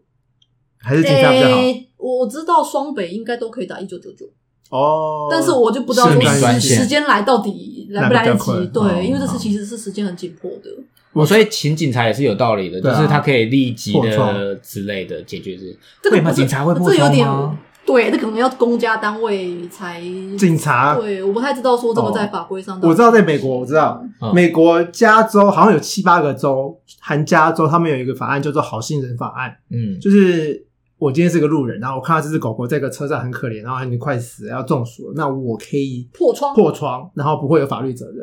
[SPEAKER 2] 还是警察比较好
[SPEAKER 3] 诶我我知道双北应该都可以打一九九九，
[SPEAKER 2] 哦。
[SPEAKER 3] 但是我就不知道
[SPEAKER 1] 是
[SPEAKER 3] 说
[SPEAKER 1] 没关
[SPEAKER 3] 时
[SPEAKER 1] 系
[SPEAKER 3] 时间来到底来不来得及
[SPEAKER 2] 来得比，较快哦
[SPEAKER 3] 对，因为这
[SPEAKER 2] 好
[SPEAKER 3] 次其实是时间很紧迫的。
[SPEAKER 1] 我所以请警察也是有道理的，
[SPEAKER 2] 对
[SPEAKER 1] 就
[SPEAKER 2] 啊
[SPEAKER 1] 是他可以立即
[SPEAKER 2] 破
[SPEAKER 1] 的
[SPEAKER 2] 窗
[SPEAKER 1] 之类的解决这些。
[SPEAKER 3] 这个
[SPEAKER 1] 会吗
[SPEAKER 3] 不是
[SPEAKER 1] 警察会破
[SPEAKER 3] 这有点
[SPEAKER 1] 窗吗
[SPEAKER 3] 对，这可能要公家单位才
[SPEAKER 2] 警察，
[SPEAKER 3] 对，我不太知道说这个在法规上到
[SPEAKER 2] 啊哦
[SPEAKER 3] 底，
[SPEAKER 2] 我知道在美国，我知道
[SPEAKER 1] 嗯
[SPEAKER 2] 美国加州好像有七八个州，含加州他们有一个法案叫做“好心人法案
[SPEAKER 1] 嗯”，，
[SPEAKER 2] 就是我今天是个路人，然后我看到这只狗狗在一个车上很可怜，然后它已经快死了，要中暑了，那我可以
[SPEAKER 3] 破窗，
[SPEAKER 2] 破窗，然后不会有法律责任。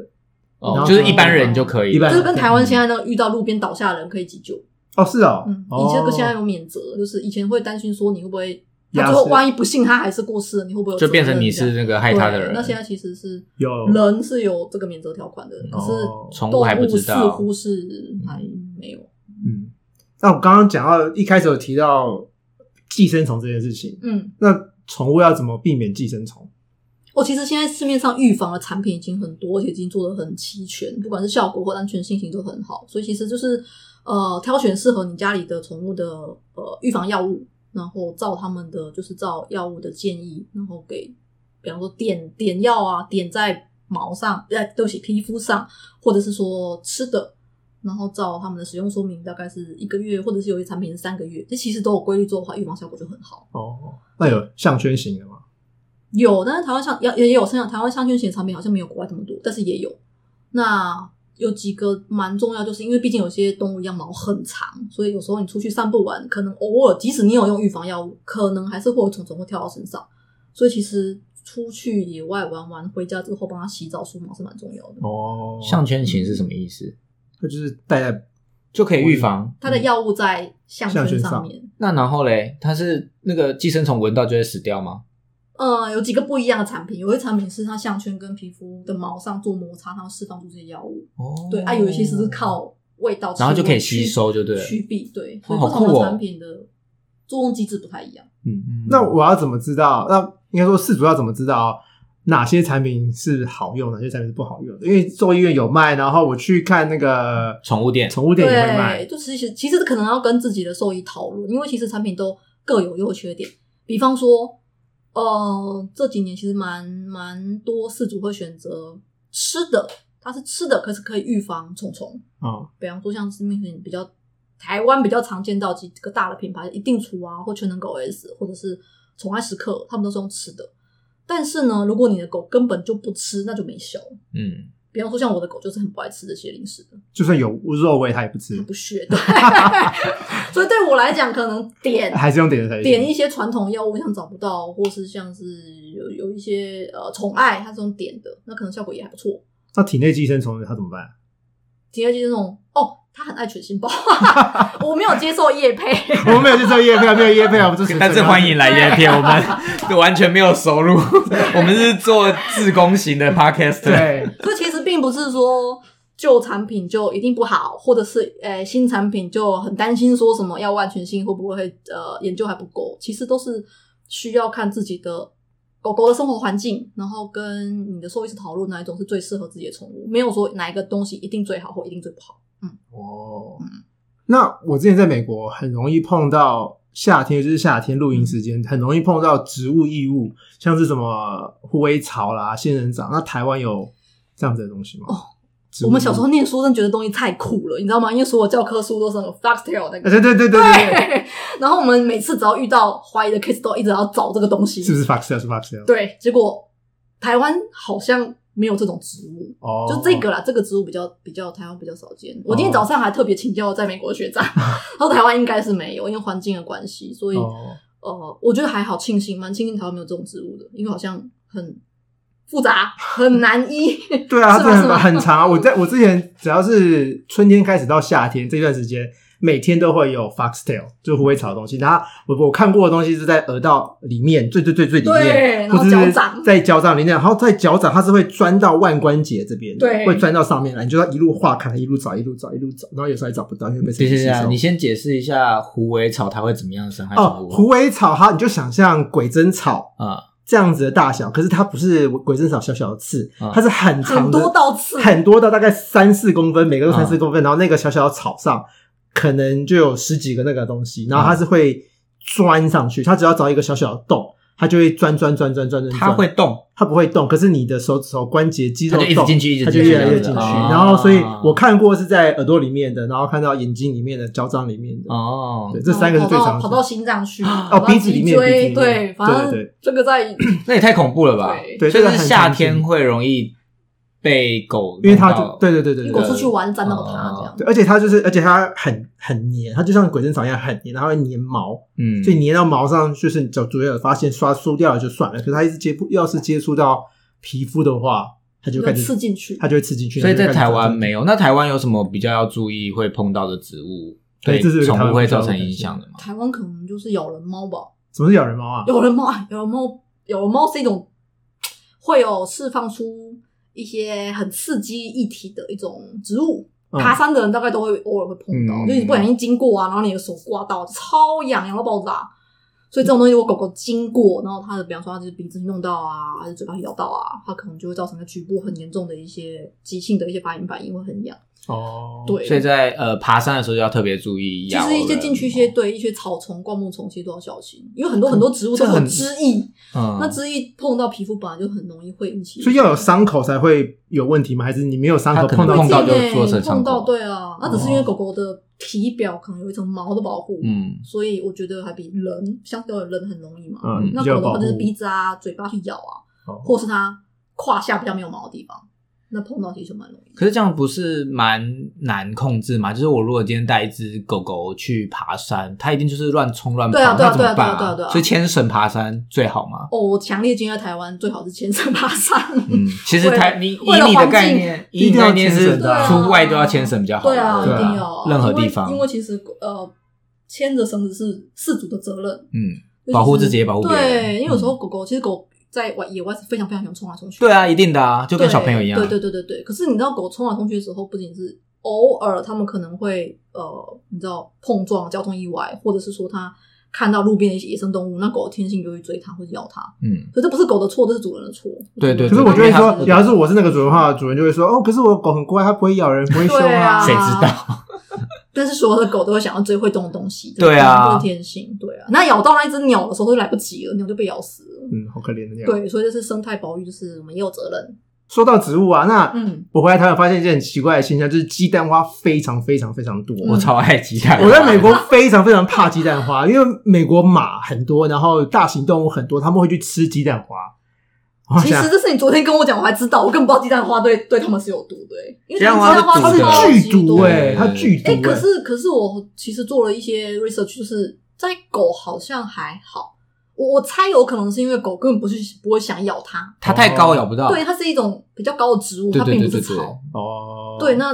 [SPEAKER 2] 然
[SPEAKER 1] 哦，
[SPEAKER 2] 后
[SPEAKER 1] 就是一般人就可以了。
[SPEAKER 2] 一般
[SPEAKER 3] 这
[SPEAKER 2] 人
[SPEAKER 3] 是跟台湾现在那个遇到路边倒下的人可以急救。
[SPEAKER 2] 哦，是哦，
[SPEAKER 3] 嗯，
[SPEAKER 2] 哦
[SPEAKER 3] 以前跟现在有免责，就是以前会担心说你会不会，
[SPEAKER 2] 压
[SPEAKER 3] 他
[SPEAKER 2] 死
[SPEAKER 3] 最后万一不幸他还是过世了，你会不会有
[SPEAKER 1] 就变
[SPEAKER 3] 责
[SPEAKER 1] 成
[SPEAKER 3] 任
[SPEAKER 1] 你
[SPEAKER 3] 这
[SPEAKER 1] 是
[SPEAKER 3] 样
[SPEAKER 1] 那个害他的
[SPEAKER 3] 对
[SPEAKER 1] 人。
[SPEAKER 3] 那现在其实是
[SPEAKER 2] 有
[SPEAKER 3] 人是有这个免责条款的，可是
[SPEAKER 2] 哦
[SPEAKER 1] 宠物
[SPEAKER 3] 动
[SPEAKER 1] 还不
[SPEAKER 3] 物
[SPEAKER 1] 知
[SPEAKER 3] 似
[SPEAKER 1] 道
[SPEAKER 3] 乎是还没有。
[SPEAKER 2] 嗯，那我刚刚讲到一开始有提到寄生虫这件事情，
[SPEAKER 3] 嗯，
[SPEAKER 2] 那宠物要怎么避免寄生虫？
[SPEAKER 3] 哦，其实现在市面上预防的产品已经很多，而且已经做的很齐全，不管是效果或安全性行都很好，所以其实就是呃，挑选适合你家里的宠物的呃预防药物，然后照他们的就是照药物的建议，然后给比方说点点药啊，点在毛上，呃，对不起，皮肤上，或者是说吃的。然后照他们的使用说明，大概是一个月，或者是有些产品是三个月，这其实都有规律做的话，预防效果就很好。
[SPEAKER 2] 哦，那有项圈型的吗？
[SPEAKER 3] 有，但是台湾上也也有像台湾商圈型的产品好像没有国外这么多，但是也有。那有几个蛮重要，就是因为毕竟有些动物样毛很长，所以有时候你出去散步玩，可能偶尔即使你有用预防药物，可能还是会有虫虫会跳到身上。所以其实出去野外玩完，回家之后帮它洗澡梳毛是蛮重要的。
[SPEAKER 2] 哦，
[SPEAKER 1] 项圈型是什么意思？
[SPEAKER 2] 它就是戴在
[SPEAKER 1] 就可以预防。
[SPEAKER 2] 嗯
[SPEAKER 3] 它的药物在嗯项
[SPEAKER 2] 项圈
[SPEAKER 3] 圈
[SPEAKER 2] 上
[SPEAKER 3] 上面，
[SPEAKER 1] 那然后嘞，它是那个寄生虫闻到就会死掉吗？
[SPEAKER 3] 呃，有几个不一样的产品，有些产品是它项圈跟皮肤的毛上做摩擦，它会释放出这些药物。
[SPEAKER 1] 哦
[SPEAKER 3] 对啊，有一些是靠味道，
[SPEAKER 1] 然后就可以
[SPEAKER 3] 气味
[SPEAKER 1] 吸收就对了
[SPEAKER 3] 驱避对，
[SPEAKER 1] 哇
[SPEAKER 3] 所以
[SPEAKER 1] 好
[SPEAKER 3] 不
[SPEAKER 1] 酷
[SPEAKER 3] 同
[SPEAKER 1] 哦
[SPEAKER 3] 的产品的作用机制不太一样。
[SPEAKER 2] 嗯
[SPEAKER 1] 嗯，
[SPEAKER 2] 那我要怎么知道？那应该说饲主要怎么知道哪些产品是好用，哪些产品是不好用的？因为兽医院有卖，然后我去看那个
[SPEAKER 1] 宠物店
[SPEAKER 2] 宠物店也会卖
[SPEAKER 3] 对，，就其实其实可能要跟自己的兽医讨论，因为其实产品都各有优缺点。比方说，呃，这几年其实蛮蛮多饲主会选择吃的，它是吃的，可是可以预防虫虫。
[SPEAKER 2] 哦，
[SPEAKER 3] 比方说像是命名比较台湾比较常见到几个大的品牌，一定厨啊，或全能狗 S，或者是宠爱时刻，他们都是用吃的。但是呢，如果你的狗根本就不吃，那就没效。
[SPEAKER 1] 嗯，
[SPEAKER 3] 比方说像我的狗就是很不爱吃这些零食的，
[SPEAKER 2] 就算有肉味它也不吃
[SPEAKER 3] 它，不屑。 对，所以对我来讲，可能点
[SPEAKER 2] 还是用点的才行。
[SPEAKER 3] 点一些传统药物，像找不到，或是像是有有一些呃宠爱，它是用点的，那可能效果也还不错。
[SPEAKER 2] 那体内寄生虫它怎么办？
[SPEAKER 3] 体内就是那种哦，它很爱犬星包， 我没有接受叶配。
[SPEAKER 2] 我们没有去做叶配啊，没有叶配啊，我 们就是
[SPEAKER 1] 但是欢迎来叶片，我 们完全没有收入，我们是做自工型的 podcast。
[SPEAKER 2] 对，
[SPEAKER 3] 所以其实并不是说旧产品就一定不好，或者是呃新产品就很担心说什么要万全性会不会呃研究还不够，其实都是需要看自己的狗狗的生活环境，然后跟你的兽医师讨论哪一种是最适合自己的宠物，没有说哪一个东西一定最好或一定最不好。
[SPEAKER 2] 哦，那我之前在美国很容易碰到夏天，尤其是夏天露营时间，很容易碰到植物异物，像是什么虎尾草啦、仙人掌。那台湾有这样子的东西吗？
[SPEAKER 3] 哦
[SPEAKER 2] 植物
[SPEAKER 3] 我们小时
[SPEAKER 2] 异物，
[SPEAKER 3] 候念书，真的觉得东西太苦了，你知道吗？因为所有教科书都是那个 foxtail 那
[SPEAKER 2] 啊
[SPEAKER 3] 个。
[SPEAKER 2] 对对对对对，
[SPEAKER 3] 然后我们每次只要遇到怀疑的 case，都一直要找这个东西。
[SPEAKER 2] 是不是 foxtail 是 foxtail？
[SPEAKER 3] 对，结果台湾好像没有这种植物，
[SPEAKER 2] 哦，
[SPEAKER 3] 就这个啦，这个植物比较比较台湾比较少见。我今天早上还特别请教在美国的学 长，他说台湾应该是没有，因为环境的关系，所以、
[SPEAKER 2] 哦，
[SPEAKER 3] 呃，我觉得还好，庆幸蛮庆幸台湾没有这种植物的，因为好像很 复杂，很难医。
[SPEAKER 2] 对啊，它
[SPEAKER 3] 是吗
[SPEAKER 2] 真
[SPEAKER 3] 是
[SPEAKER 2] 的
[SPEAKER 3] 吗
[SPEAKER 2] 很很 长啊。我在我之前只要是春天开始到夏天这段时间，每天都会有 foxtail，就虎尾草的东西。然后我我看过的东西是在耳道里面，最最最最里
[SPEAKER 3] 对
[SPEAKER 2] 面，
[SPEAKER 3] 然后
[SPEAKER 2] 或者
[SPEAKER 3] 脚
[SPEAKER 2] 是
[SPEAKER 3] 掌
[SPEAKER 2] 在脚掌里面，然后在脚掌它是会钻到腕关节这边，
[SPEAKER 3] 对
[SPEAKER 2] 会钻到上面来，你就要一路划开，一路找，一路找，一路找，然后有时候还找不到，因为被
[SPEAKER 1] 谢
[SPEAKER 2] 谁吸
[SPEAKER 1] 谢啊，
[SPEAKER 2] 收
[SPEAKER 1] 你。先解释一下虎尾草它会怎么样伤害
[SPEAKER 2] 哦
[SPEAKER 1] 动，物？
[SPEAKER 2] 虎尾草它你就想象鬼针草
[SPEAKER 1] 啊，
[SPEAKER 2] 这样子的大小，可是它不是鬼针草小小的刺
[SPEAKER 1] 嗯，
[SPEAKER 2] 它是很长
[SPEAKER 3] 很
[SPEAKER 2] 的，
[SPEAKER 3] 多道刺，
[SPEAKER 2] 很多到大概三四公分，每个都三
[SPEAKER 1] 嗯
[SPEAKER 2] 四公分，然后那个小小的草上可能就有十几个那个东西，然后
[SPEAKER 1] 嗯
[SPEAKER 2] 它是会钻上去，它只要找一个小小的洞，它就会钻钻钻钻钻钻，
[SPEAKER 1] 它会动，
[SPEAKER 2] 它不会动，可是你的手指头关节肌肉
[SPEAKER 1] 它就一直
[SPEAKER 2] 动
[SPEAKER 1] 进去一直
[SPEAKER 2] 它就
[SPEAKER 1] 进去
[SPEAKER 2] 越来越
[SPEAKER 1] 这
[SPEAKER 2] 进
[SPEAKER 1] 样
[SPEAKER 2] 去，
[SPEAKER 1] 子哦
[SPEAKER 2] 然后所以我看过是在耳朵里面的，然后看到眼睛里面的，脚掌里面的，
[SPEAKER 1] 哦
[SPEAKER 2] 对，，这三个是最
[SPEAKER 3] 跑到
[SPEAKER 2] 常
[SPEAKER 3] 跑
[SPEAKER 2] 见
[SPEAKER 3] 到
[SPEAKER 2] 的。
[SPEAKER 3] 心脏去，
[SPEAKER 2] 哦
[SPEAKER 3] 哦
[SPEAKER 2] 鼻子里面鼻子里面
[SPEAKER 3] 对，反
[SPEAKER 2] 对对
[SPEAKER 3] 正
[SPEAKER 2] 对
[SPEAKER 3] 这个在
[SPEAKER 1] 那也太恐怖了吧？
[SPEAKER 3] 对
[SPEAKER 2] 对，
[SPEAKER 1] 所以
[SPEAKER 2] 这个
[SPEAKER 1] 是
[SPEAKER 2] 很
[SPEAKER 1] 夏
[SPEAKER 2] 常见
[SPEAKER 1] 天会容易被狗弄到，
[SPEAKER 2] 因为它就对对对对对
[SPEAKER 3] 如果
[SPEAKER 2] 对，
[SPEAKER 3] 出去玩沾到它
[SPEAKER 1] 哦
[SPEAKER 3] 这样
[SPEAKER 2] 对，。而且它就是，而且它很很黏，它就像鬼针草一样很黏，然后会粘毛，
[SPEAKER 1] 嗯，
[SPEAKER 2] 所以粘到毛上，就是脚主要有发现刷梳掉了就算了，可是它一直接触，要是接触到皮肤的话，它就
[SPEAKER 3] 要
[SPEAKER 2] 开始
[SPEAKER 3] 刺，进去
[SPEAKER 2] 它，就会刺进去。
[SPEAKER 1] 所以在
[SPEAKER 2] 它就开
[SPEAKER 1] 台
[SPEAKER 2] 始
[SPEAKER 1] 湾
[SPEAKER 2] 长
[SPEAKER 1] 没有。那台湾有什么比较要注意会碰到的植物
[SPEAKER 2] 对这是
[SPEAKER 1] 宠
[SPEAKER 2] 台湾
[SPEAKER 1] 物会
[SPEAKER 2] 比较
[SPEAKER 1] 造成
[SPEAKER 2] 担
[SPEAKER 1] 影
[SPEAKER 2] 心
[SPEAKER 1] 响的吗？
[SPEAKER 3] 台湾可能就是咬人猫吧，
[SPEAKER 2] 什么是咬人猫 啊？
[SPEAKER 3] 咬人猫，啊，咬人猫，咬人猫是一种会有释放出一些很刺激液体的一种植物。
[SPEAKER 2] 嗯
[SPEAKER 3] 爬山的人大概都会偶尔会碰到，
[SPEAKER 1] 嗯
[SPEAKER 3] 就你不小心经过啊，然后你的手刮到，超痒，痒到爆炸。所以这种东西，如果狗狗经过，然后它的，比方说它就是鼻子弄到啊，还是嘴巴咬到啊，它可能就会造成它局部很严重的一些急性的一些发炎反应，会很痒。
[SPEAKER 2] 哦，，
[SPEAKER 3] 对，
[SPEAKER 1] 所以在呃爬山的时候要特别注意
[SPEAKER 3] 其
[SPEAKER 1] 咬人。
[SPEAKER 3] 实一些进去一些对一些草丛、灌木丛，其实都要小心，因为很多很多植物
[SPEAKER 1] 这
[SPEAKER 3] 都有
[SPEAKER 1] 很
[SPEAKER 3] 汁液，
[SPEAKER 1] 嗯，
[SPEAKER 3] 那汁液碰到皮肤本来就很容易会引起，
[SPEAKER 2] 所以要有伤口才会有问题吗？还是你没有伤
[SPEAKER 1] 它
[SPEAKER 2] 口
[SPEAKER 1] 可
[SPEAKER 2] 碰
[SPEAKER 1] 能
[SPEAKER 2] 到
[SPEAKER 1] 碰到就
[SPEAKER 3] 会进
[SPEAKER 1] 做
[SPEAKER 3] 欸
[SPEAKER 1] 成伤
[SPEAKER 3] 碰到
[SPEAKER 1] 口
[SPEAKER 3] 对啊，那只是因为狗狗的体表可能有一层毛的保护，
[SPEAKER 1] 哦嗯
[SPEAKER 3] 所以我觉得还比人相对人很容易嘛。
[SPEAKER 2] 嗯，
[SPEAKER 3] 那
[SPEAKER 2] 就
[SPEAKER 3] 狗
[SPEAKER 2] 要
[SPEAKER 3] 的
[SPEAKER 2] 保
[SPEAKER 3] 话
[SPEAKER 2] 护
[SPEAKER 3] 就是鼻子啊、嘴巴去咬啊，
[SPEAKER 2] 哦
[SPEAKER 3] 或是它胯下比较没有毛的地方，那碰到其实就蛮容易。
[SPEAKER 1] 可是这样不是蛮难控制吗？就是我如果今天带一只狗狗去爬山，它一定就是乱冲乱跑，
[SPEAKER 3] 对啊对啊
[SPEAKER 1] 那怎么办
[SPEAKER 3] 对啊对啊对啊对啊
[SPEAKER 1] 所以牵绳爬山最好嘛。
[SPEAKER 3] 哦，我强烈建议在台湾最好是牵 绳爬山。
[SPEAKER 1] 嗯，其实
[SPEAKER 3] 为了
[SPEAKER 1] 台你
[SPEAKER 3] 为
[SPEAKER 1] 以
[SPEAKER 3] 了
[SPEAKER 1] 你的
[SPEAKER 3] 环
[SPEAKER 1] 概
[SPEAKER 3] 境
[SPEAKER 1] 念，以
[SPEAKER 2] 一
[SPEAKER 1] 你
[SPEAKER 2] 定
[SPEAKER 1] 的
[SPEAKER 2] 要
[SPEAKER 1] 概念
[SPEAKER 2] 牵
[SPEAKER 1] 是
[SPEAKER 2] 绳的啊
[SPEAKER 1] 出外都要牵绳比较好吧。
[SPEAKER 3] 对啊，
[SPEAKER 2] 对啊
[SPEAKER 3] 一定要
[SPEAKER 1] 任何地方
[SPEAKER 3] 因为因为其实呃，牵着绳子是饲主的责任，
[SPEAKER 1] 嗯，
[SPEAKER 3] 尤其是
[SPEAKER 1] 保护自己也保护别人
[SPEAKER 3] 对，因为有时候
[SPEAKER 1] 嗯
[SPEAKER 3] 狗狗、其实狗在外野外是非常非常喜欢冲来冲去。
[SPEAKER 1] 对啊，一定的啊，就
[SPEAKER 3] 对，
[SPEAKER 1] 跟小朋友一样。
[SPEAKER 3] 对对对对对。可是你知道，狗冲来冲去的时候，不仅是偶尔，它们可能会呃，你知道碰撞、交通意外，或者是说它看到路边的一些野生动物，那狗的天性就会追它或者咬它。
[SPEAKER 1] 嗯，
[SPEAKER 3] 所以这不是狗的错，这是主人的错。
[SPEAKER 1] 对对对
[SPEAKER 2] 可是我就会
[SPEAKER 1] 因为它
[SPEAKER 2] 说，假如是我是那个主人的话，主人就会说，哦，可是我狗很乖，它不会咬人，不会凶
[SPEAKER 3] 对啊
[SPEAKER 1] 谁知道？
[SPEAKER 3] 但是所有的狗都会想要追会动的东西，
[SPEAKER 1] 对啊
[SPEAKER 3] 这是天性，对啊。那咬到那一只鸟的时候，都来不及了，鸟就被咬死了。
[SPEAKER 2] 嗯，好可怜的那样。
[SPEAKER 3] 对，啊所以这是生态保育，就是我们也有责任。
[SPEAKER 2] 说到植物啊，那
[SPEAKER 3] 嗯，
[SPEAKER 2] 我回来台湾发现一件很奇怪的现象，就是鸡蛋花非常非常非常多。
[SPEAKER 3] 嗯
[SPEAKER 1] 我超爱鸡蛋。
[SPEAKER 2] 我在美国非常非常怕鸡蛋花，因为美国马很多，然后大型动物很多，他们会去吃鸡蛋花。我
[SPEAKER 3] 其
[SPEAKER 2] 想
[SPEAKER 3] 实这是你昨天跟我讲，我还知道，我根本不知道鸡蛋花对对他们是有毒的、欸，因为
[SPEAKER 1] 鸡蛋
[SPEAKER 3] 鸡
[SPEAKER 1] 花
[SPEAKER 3] 蛋花
[SPEAKER 1] 是毒
[SPEAKER 2] 它
[SPEAKER 1] 的
[SPEAKER 3] 超
[SPEAKER 2] 是
[SPEAKER 3] 级
[SPEAKER 2] 剧毒
[SPEAKER 3] 多
[SPEAKER 2] 哎、
[SPEAKER 1] 欸
[SPEAKER 2] 它剧毒、
[SPEAKER 3] 哎、
[SPEAKER 2] 欸
[SPEAKER 3] 可是可是我其实做了一些 research，就是在狗好像还好，我我猜有可能是因为狗根本不是不会想咬它，
[SPEAKER 1] 它太高咬不到。
[SPEAKER 3] 对，它是一种比较高的植物，
[SPEAKER 1] 啊对
[SPEAKER 3] 它
[SPEAKER 1] 对对
[SPEAKER 3] 并不
[SPEAKER 1] 对嗯
[SPEAKER 3] 是
[SPEAKER 1] 对。
[SPEAKER 3] 草。
[SPEAKER 2] 哦，
[SPEAKER 3] 对，那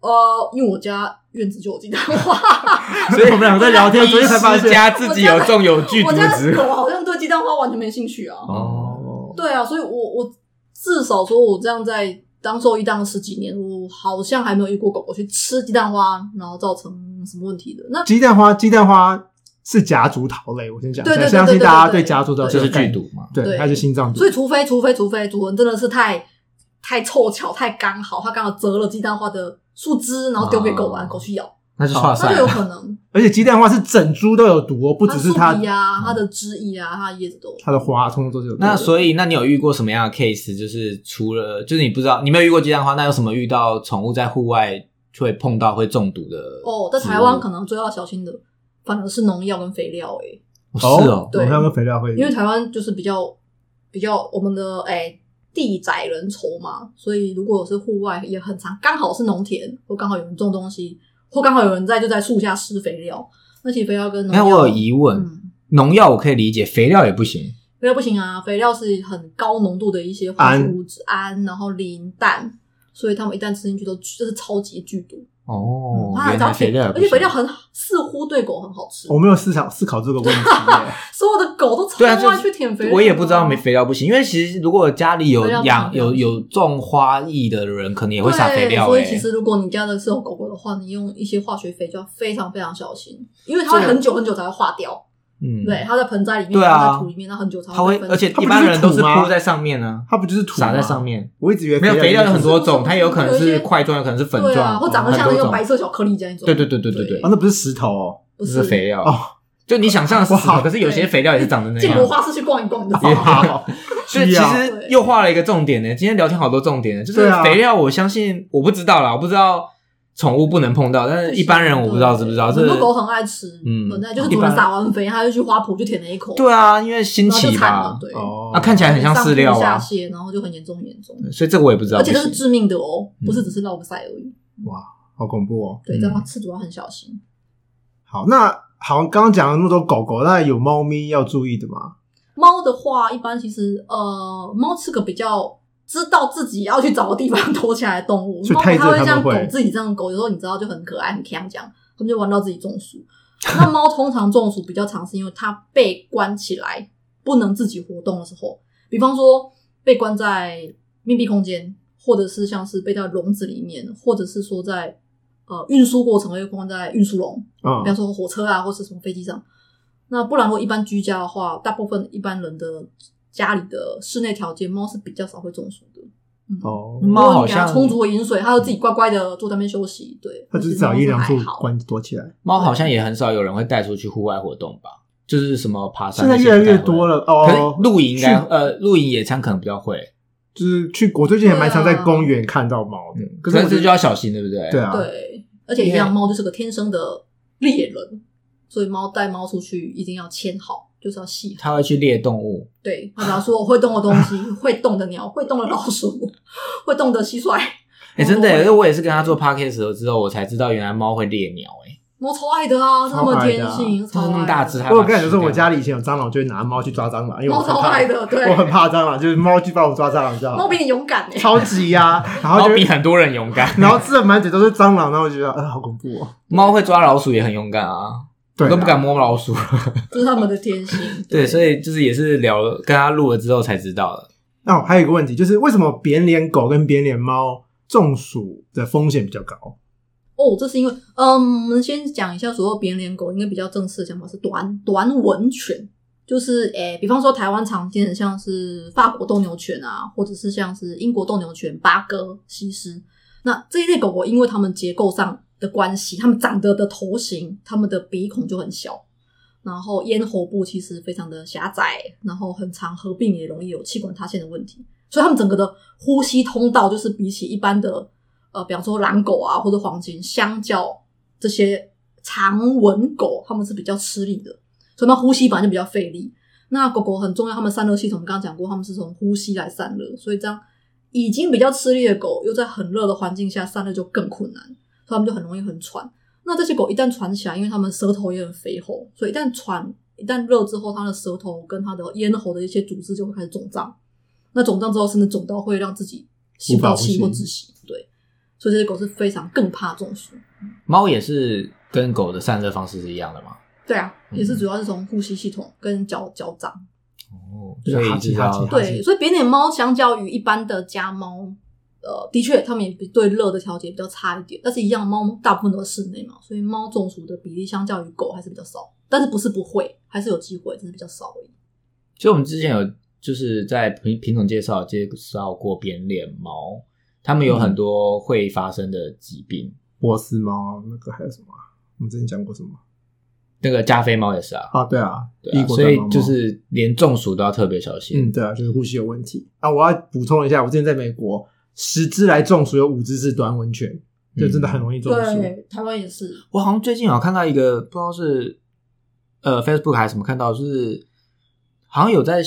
[SPEAKER 3] 呃，因为我家院子就有鸡蛋花，
[SPEAKER 2] 所以我们两个在
[SPEAKER 1] 哦
[SPEAKER 2] 聊天，昨天才发
[SPEAKER 1] 医师
[SPEAKER 2] 现
[SPEAKER 1] 家自己有种有 剧毒
[SPEAKER 3] 我
[SPEAKER 1] 的
[SPEAKER 3] 家
[SPEAKER 1] 植
[SPEAKER 3] 的
[SPEAKER 1] 物。
[SPEAKER 3] 狗好像对鸡蛋花完全没兴趣啊。
[SPEAKER 2] 哦，
[SPEAKER 3] 对啊，所以我我至少说，我这样在当兽医当了十几年，我好像还没有遇过狗狗去吃鸡蛋花，然后造成什么问题的。那
[SPEAKER 2] 鸡蛋花，鸡蛋花是夹竹桃类，我先讲一下，
[SPEAKER 3] 对对对
[SPEAKER 2] 相信
[SPEAKER 3] 对对
[SPEAKER 2] 大家
[SPEAKER 3] 对
[SPEAKER 2] 对夹竹桃
[SPEAKER 1] 这
[SPEAKER 2] 有
[SPEAKER 1] 是
[SPEAKER 2] 概
[SPEAKER 1] 剧
[SPEAKER 2] 念，
[SPEAKER 1] 毒嘛？
[SPEAKER 2] 对，
[SPEAKER 3] 对
[SPEAKER 2] 它是心脏毒
[SPEAKER 3] 所。以，除非除非除非主人真的是太太凑巧、太刚好，他刚好折了鸡蛋花的树枝，然后丢给狗玩，
[SPEAKER 1] 啊
[SPEAKER 3] 狗去咬，
[SPEAKER 1] 那就算
[SPEAKER 3] 那
[SPEAKER 1] 算
[SPEAKER 3] 就有
[SPEAKER 1] 了。
[SPEAKER 3] 可能，
[SPEAKER 2] 而且鸡蛋花是整株都有毒哦，不只是
[SPEAKER 3] 它
[SPEAKER 2] 它嗯
[SPEAKER 3] 树皮啊、它的枝叶啊、它的叶子都有。
[SPEAKER 2] 它的花，通通都是有毒的。
[SPEAKER 1] 那所以，那你有遇过什么样的 case？就是除了就是你不知道，你没有遇过鸡蛋花，那有什么遇到宠物在户外会碰到会中毒的？
[SPEAKER 3] 哦，在台湾可能最要小心的，反而是农药跟肥料欸诶、
[SPEAKER 1] 哦是哦，
[SPEAKER 3] 对
[SPEAKER 2] 我看跟肥料会，
[SPEAKER 3] 因为台湾就是比较比较我们的诶、地窄人稠嘛，所以如果是户外也很常，刚好是农田，或刚好有人种东西，或刚好有人在就在树下施肥料，那其实肥料跟农
[SPEAKER 1] 那
[SPEAKER 3] 药，
[SPEAKER 1] 我有疑问，
[SPEAKER 3] 嗯，
[SPEAKER 1] 农药我可以理解，肥料也不行。
[SPEAKER 3] 肥料不行啊，肥料是很高浓度的一些化学物质氨，然后磷氮。所以他们一旦吃进去都就是超级剧毒，
[SPEAKER 1] 哦
[SPEAKER 3] 嗯，它还
[SPEAKER 1] 原
[SPEAKER 3] 长
[SPEAKER 1] 来
[SPEAKER 3] 得
[SPEAKER 1] 肥料也不
[SPEAKER 3] 而
[SPEAKER 1] 行，哦
[SPEAKER 3] 且肥料很似乎对狗很好吃，
[SPEAKER 2] 我没有思考思考这个问题耶。
[SPEAKER 3] 所有的狗都超
[SPEAKER 1] 对啊就
[SPEAKER 3] 爱
[SPEAKER 1] 是
[SPEAKER 3] 去舔肥料、啊
[SPEAKER 1] 我也不知道没。肥料不行，因为其实如果家里有
[SPEAKER 3] 肥料不
[SPEAKER 1] 养
[SPEAKER 3] 能
[SPEAKER 1] 有
[SPEAKER 3] 不行
[SPEAKER 1] 有种花艺的人，可能也会撒肥料、欸。
[SPEAKER 3] 所以其实如果你家的是有狗狗的话，你用一些化学肥就要非常非常小心，因为它会
[SPEAKER 1] 对
[SPEAKER 3] 很久很久才会化掉。
[SPEAKER 1] 嗯，
[SPEAKER 3] 对，，它在盆栽里面，
[SPEAKER 1] 对啊
[SPEAKER 3] 它在土里面，它很久才
[SPEAKER 1] 它会，
[SPEAKER 3] 分
[SPEAKER 1] 而且
[SPEAKER 2] 它不
[SPEAKER 1] 一般
[SPEAKER 2] 就是
[SPEAKER 1] 人都
[SPEAKER 2] 土
[SPEAKER 1] 是
[SPEAKER 2] 吗
[SPEAKER 1] 铺在上面呢、
[SPEAKER 2] 它不就是土
[SPEAKER 1] 撒在
[SPEAKER 2] 吗
[SPEAKER 1] 上？面。
[SPEAKER 2] 我一直以为
[SPEAKER 1] 没有肥料有很多
[SPEAKER 3] 就是
[SPEAKER 1] 种，它有可能
[SPEAKER 3] 有一
[SPEAKER 1] 是
[SPEAKER 3] 些
[SPEAKER 1] 块状，有可能是粉
[SPEAKER 3] 对
[SPEAKER 1] 状，
[SPEAKER 3] 啊，或长得
[SPEAKER 1] 很
[SPEAKER 3] 像那
[SPEAKER 1] 多
[SPEAKER 3] 个
[SPEAKER 1] 种
[SPEAKER 3] 白色巧克力这样一种。
[SPEAKER 1] 对对对对对对
[SPEAKER 2] 啊，那不是石头哦，
[SPEAKER 3] 不
[SPEAKER 1] 这是肥料。
[SPEAKER 2] 哦，
[SPEAKER 1] 就你想象的是
[SPEAKER 2] 哇
[SPEAKER 1] 死的，可是有些肥料也是长得那
[SPEAKER 3] 进国
[SPEAKER 1] 样。
[SPEAKER 3] 花市去逛一逛，你
[SPEAKER 1] 哦
[SPEAKER 3] 知道吗？
[SPEAKER 2] 好，
[SPEAKER 1] 所以其
[SPEAKER 2] 需要
[SPEAKER 1] 实又画了一个重点呢。今天聊天好多重点呢，就是
[SPEAKER 2] 啊对啊
[SPEAKER 1] 肥料，我相信我不知道啦，我不知道宠物不能碰到，但是 一般人我不知道知不知道。这
[SPEAKER 3] 很多狗很爱吃，
[SPEAKER 1] 嗯
[SPEAKER 3] 很爱，就是
[SPEAKER 1] 一
[SPEAKER 3] 主
[SPEAKER 1] 般
[SPEAKER 3] 人撒完肥，它就去花圃就舔了一口，
[SPEAKER 1] 对啊，因为新
[SPEAKER 3] 然后就
[SPEAKER 1] 奇
[SPEAKER 3] 惨了
[SPEAKER 1] 吧，，
[SPEAKER 3] 对，
[SPEAKER 2] 哦
[SPEAKER 1] 啊，看起来很像饲料
[SPEAKER 3] 上
[SPEAKER 1] 啊
[SPEAKER 3] 吐，下泻，然后就很严重很严重，
[SPEAKER 1] 所以这个我也不知道
[SPEAKER 3] 而且
[SPEAKER 1] 不
[SPEAKER 3] 这是
[SPEAKER 1] 行。
[SPEAKER 3] 致命的哦，不是
[SPEAKER 1] 嗯
[SPEAKER 3] 只是落个塞而已。
[SPEAKER 2] 好恐怖哦。
[SPEAKER 3] 对，这
[SPEAKER 1] 嗯
[SPEAKER 3] 样饲主要很小心。
[SPEAKER 2] 好，那好，刚刚讲了那么多狗狗，那有猫咪要注意的吗？
[SPEAKER 3] 猫的话，一般其实呃，猫是个比较知道自己要去找个地方 躲起来的动物，
[SPEAKER 2] 所以
[SPEAKER 3] 猫
[SPEAKER 2] 太热
[SPEAKER 3] 它会
[SPEAKER 2] 它
[SPEAKER 3] 像
[SPEAKER 2] 们
[SPEAKER 3] 狗
[SPEAKER 2] 会
[SPEAKER 3] 自己这样，狗有时候你知道就很可爱、很强这样，它们就玩到自己中暑。那猫通常中暑比较常是因为它被关起来，不能自己活动的时候，比方说被关在密闭空间，或者是像是被在笼子里面，或者是说在呃运输过程会关在运输笼，
[SPEAKER 2] 嗯
[SPEAKER 3] 比方，说火车啊，或是什么飞机上。那不然，如果一般居家的话，大部分一般人的家里的室内条件，猫是比较少会中暑的。嗯，
[SPEAKER 2] 哦，
[SPEAKER 1] 猫
[SPEAKER 3] 如果你给它
[SPEAKER 1] 好像
[SPEAKER 3] 充足的饮水，它就自己乖乖的坐在那边休息。对，
[SPEAKER 2] 它就是找
[SPEAKER 3] 其
[SPEAKER 2] 一
[SPEAKER 3] 实猫
[SPEAKER 2] 两
[SPEAKER 3] 是
[SPEAKER 2] 处
[SPEAKER 3] 还好
[SPEAKER 2] 关躲起来。
[SPEAKER 1] 猫好像也很少有人会带出去户外活动吧，就是什么爬山
[SPEAKER 2] 现
[SPEAKER 1] 那
[SPEAKER 2] 在
[SPEAKER 1] 些
[SPEAKER 2] 越来
[SPEAKER 1] 不太
[SPEAKER 2] 越
[SPEAKER 1] 会
[SPEAKER 2] 多。了
[SPEAKER 1] 可
[SPEAKER 2] 哦
[SPEAKER 1] 是，露营应该
[SPEAKER 2] 去
[SPEAKER 1] 呃，露营野餐可能比较会，
[SPEAKER 2] 就是去，我最近也蛮常在
[SPEAKER 3] 对啊
[SPEAKER 2] 公园看到猫的，
[SPEAKER 1] 嗯可
[SPEAKER 2] 嗯是
[SPEAKER 1] 是
[SPEAKER 2] 我觉
[SPEAKER 1] 这
[SPEAKER 2] 得
[SPEAKER 1] 就要小心，对不对？
[SPEAKER 2] 对啊，
[SPEAKER 3] 对，而且一样，猫就是个天生的猎人，所以猫带猫出去一定要牵好，就是要系好。
[SPEAKER 1] 它会去猎动
[SPEAKER 2] 哦
[SPEAKER 1] 物，
[SPEAKER 3] 对，它只要说我会动的东西， 会动的鸟，会动的老鼠， 会动的蟋蟀。
[SPEAKER 1] 哎、真的、
[SPEAKER 3] 猫
[SPEAKER 1] 因
[SPEAKER 3] 都
[SPEAKER 1] 为
[SPEAKER 3] 会
[SPEAKER 1] 我也是跟他做 podcast 之后，我才知道原来猫会猎鸟、哎，
[SPEAKER 3] 猫超爱的啊，是它们天
[SPEAKER 2] 超爱
[SPEAKER 3] 性，
[SPEAKER 1] 它
[SPEAKER 3] 超
[SPEAKER 1] 那么
[SPEAKER 3] 爱
[SPEAKER 1] 大
[SPEAKER 3] 的
[SPEAKER 1] 只，还
[SPEAKER 2] 我有
[SPEAKER 1] 把它
[SPEAKER 2] 跟你讲，
[SPEAKER 1] 吃
[SPEAKER 2] 就是
[SPEAKER 1] 掉
[SPEAKER 2] 我家里以前有蟑螂，我就会拿猫去抓蟑螂，因为我
[SPEAKER 3] 猫
[SPEAKER 2] 很
[SPEAKER 3] 超
[SPEAKER 2] 怕
[SPEAKER 3] 爱，的，对，
[SPEAKER 2] 我很怕蟑螂，就是猫去帮我抓蟑螂，你知道吗
[SPEAKER 3] 猫比你勇敢哎、
[SPEAKER 2] 超级呀，然后
[SPEAKER 1] 猫
[SPEAKER 2] 就
[SPEAKER 1] 比很多人勇敢，
[SPEAKER 2] 然后吃的满嘴都是蟑螂，然后我就觉得呃好恐怖哦，
[SPEAKER 1] 猫会抓老鼠也很勇敢啊，我
[SPEAKER 2] 对，
[SPEAKER 1] 都不敢。摸老 鼠。。
[SPEAKER 3] 这是他们的天性
[SPEAKER 1] 对，所以就是也是聊了跟他录了之后才知道的。
[SPEAKER 2] 那我还有一个问题，就是为什么扁脸狗跟扁脸猫中暑的风险比较高？
[SPEAKER 3] 哦，这是因为，嗯，我们先讲一下所谓扁脸狗，应该比较正式的讲法是短短吻犬，就是诶、比方说台湾常见的像是法国斗牛犬啊，或者是像是英国斗牛犬、八哥、西施，那这一类狗狗，因为它们结构上的关系，它们长得的头型，它们的鼻孔就很小，然后咽喉部其实非常的狭窄，然后很常合并也容易有气管塌陷的问题，所以它们整个的呼吸通道就是比起一般的呃，比方说狼狗啊或者黄金，相较这些长吻狗，它们是比较吃力的，所以它们呼吸本来就比较费力。那狗狗很重要，它们散热系统，我们刚刚讲过，它们是从呼吸来散热，所以这样已经比较吃力的狗，又在很热的环境下散热就更困难，所以它们就很容易很喘。那这些狗一旦喘起来，因为它们舌头也很肥厚，所以一旦喘、一旦热之后，它的舌头跟它的咽喉的一些组织就会开始肿胀。那肿胀之后，甚至肿到会让自己吸不到气
[SPEAKER 2] 无法
[SPEAKER 3] 或
[SPEAKER 2] 呼吸
[SPEAKER 3] 窒息。对，所以这些狗是非常更怕中暑。
[SPEAKER 1] 猫也是跟狗的散热方式是一样的嘛？
[SPEAKER 3] 对啊，
[SPEAKER 1] 嗯
[SPEAKER 3] 也是主要是从呼吸系统跟
[SPEAKER 2] 嗯
[SPEAKER 3] 脚脚掌。
[SPEAKER 1] 哦，
[SPEAKER 2] 对
[SPEAKER 1] 所以
[SPEAKER 2] 哈
[SPEAKER 1] 知
[SPEAKER 2] 气哈
[SPEAKER 1] 道
[SPEAKER 2] 气哈气
[SPEAKER 3] 对，所以扁脸猫相较于一般的家猫，呃，的确它们也比对热的调节比较差一点，但是一样猫大部分都是室内嘛，所以猫中暑的比例相较于狗还是比较少，但是不是不会，还是有机会，只是比较少而已。
[SPEAKER 1] 就我们之前有就是在品品种介绍介绍过扁脸
[SPEAKER 2] 嗯
[SPEAKER 1] 猫，它们有很多会发生的疾病，
[SPEAKER 2] 波斯猫那个还有什么啊？我们之前讲过什么？
[SPEAKER 1] 那个加菲猫也是啊，
[SPEAKER 2] 啊，对啊，
[SPEAKER 1] 对
[SPEAKER 2] 异
[SPEAKER 1] 啊，
[SPEAKER 2] 国
[SPEAKER 1] 所
[SPEAKER 2] 的
[SPEAKER 1] 以
[SPEAKER 2] 猫猫
[SPEAKER 1] 就是连中暑都要特别小心。
[SPEAKER 2] 嗯，对啊，就是呼吸有问题啊。我要补充一下，我之前在美国，十只来中暑，有五只是短温泉，就真的很容易中暑。
[SPEAKER 3] 对，台湾也是，
[SPEAKER 1] 我好像最近有看到一个，不知道是呃 Facebook 还是什么，看到就是好像有在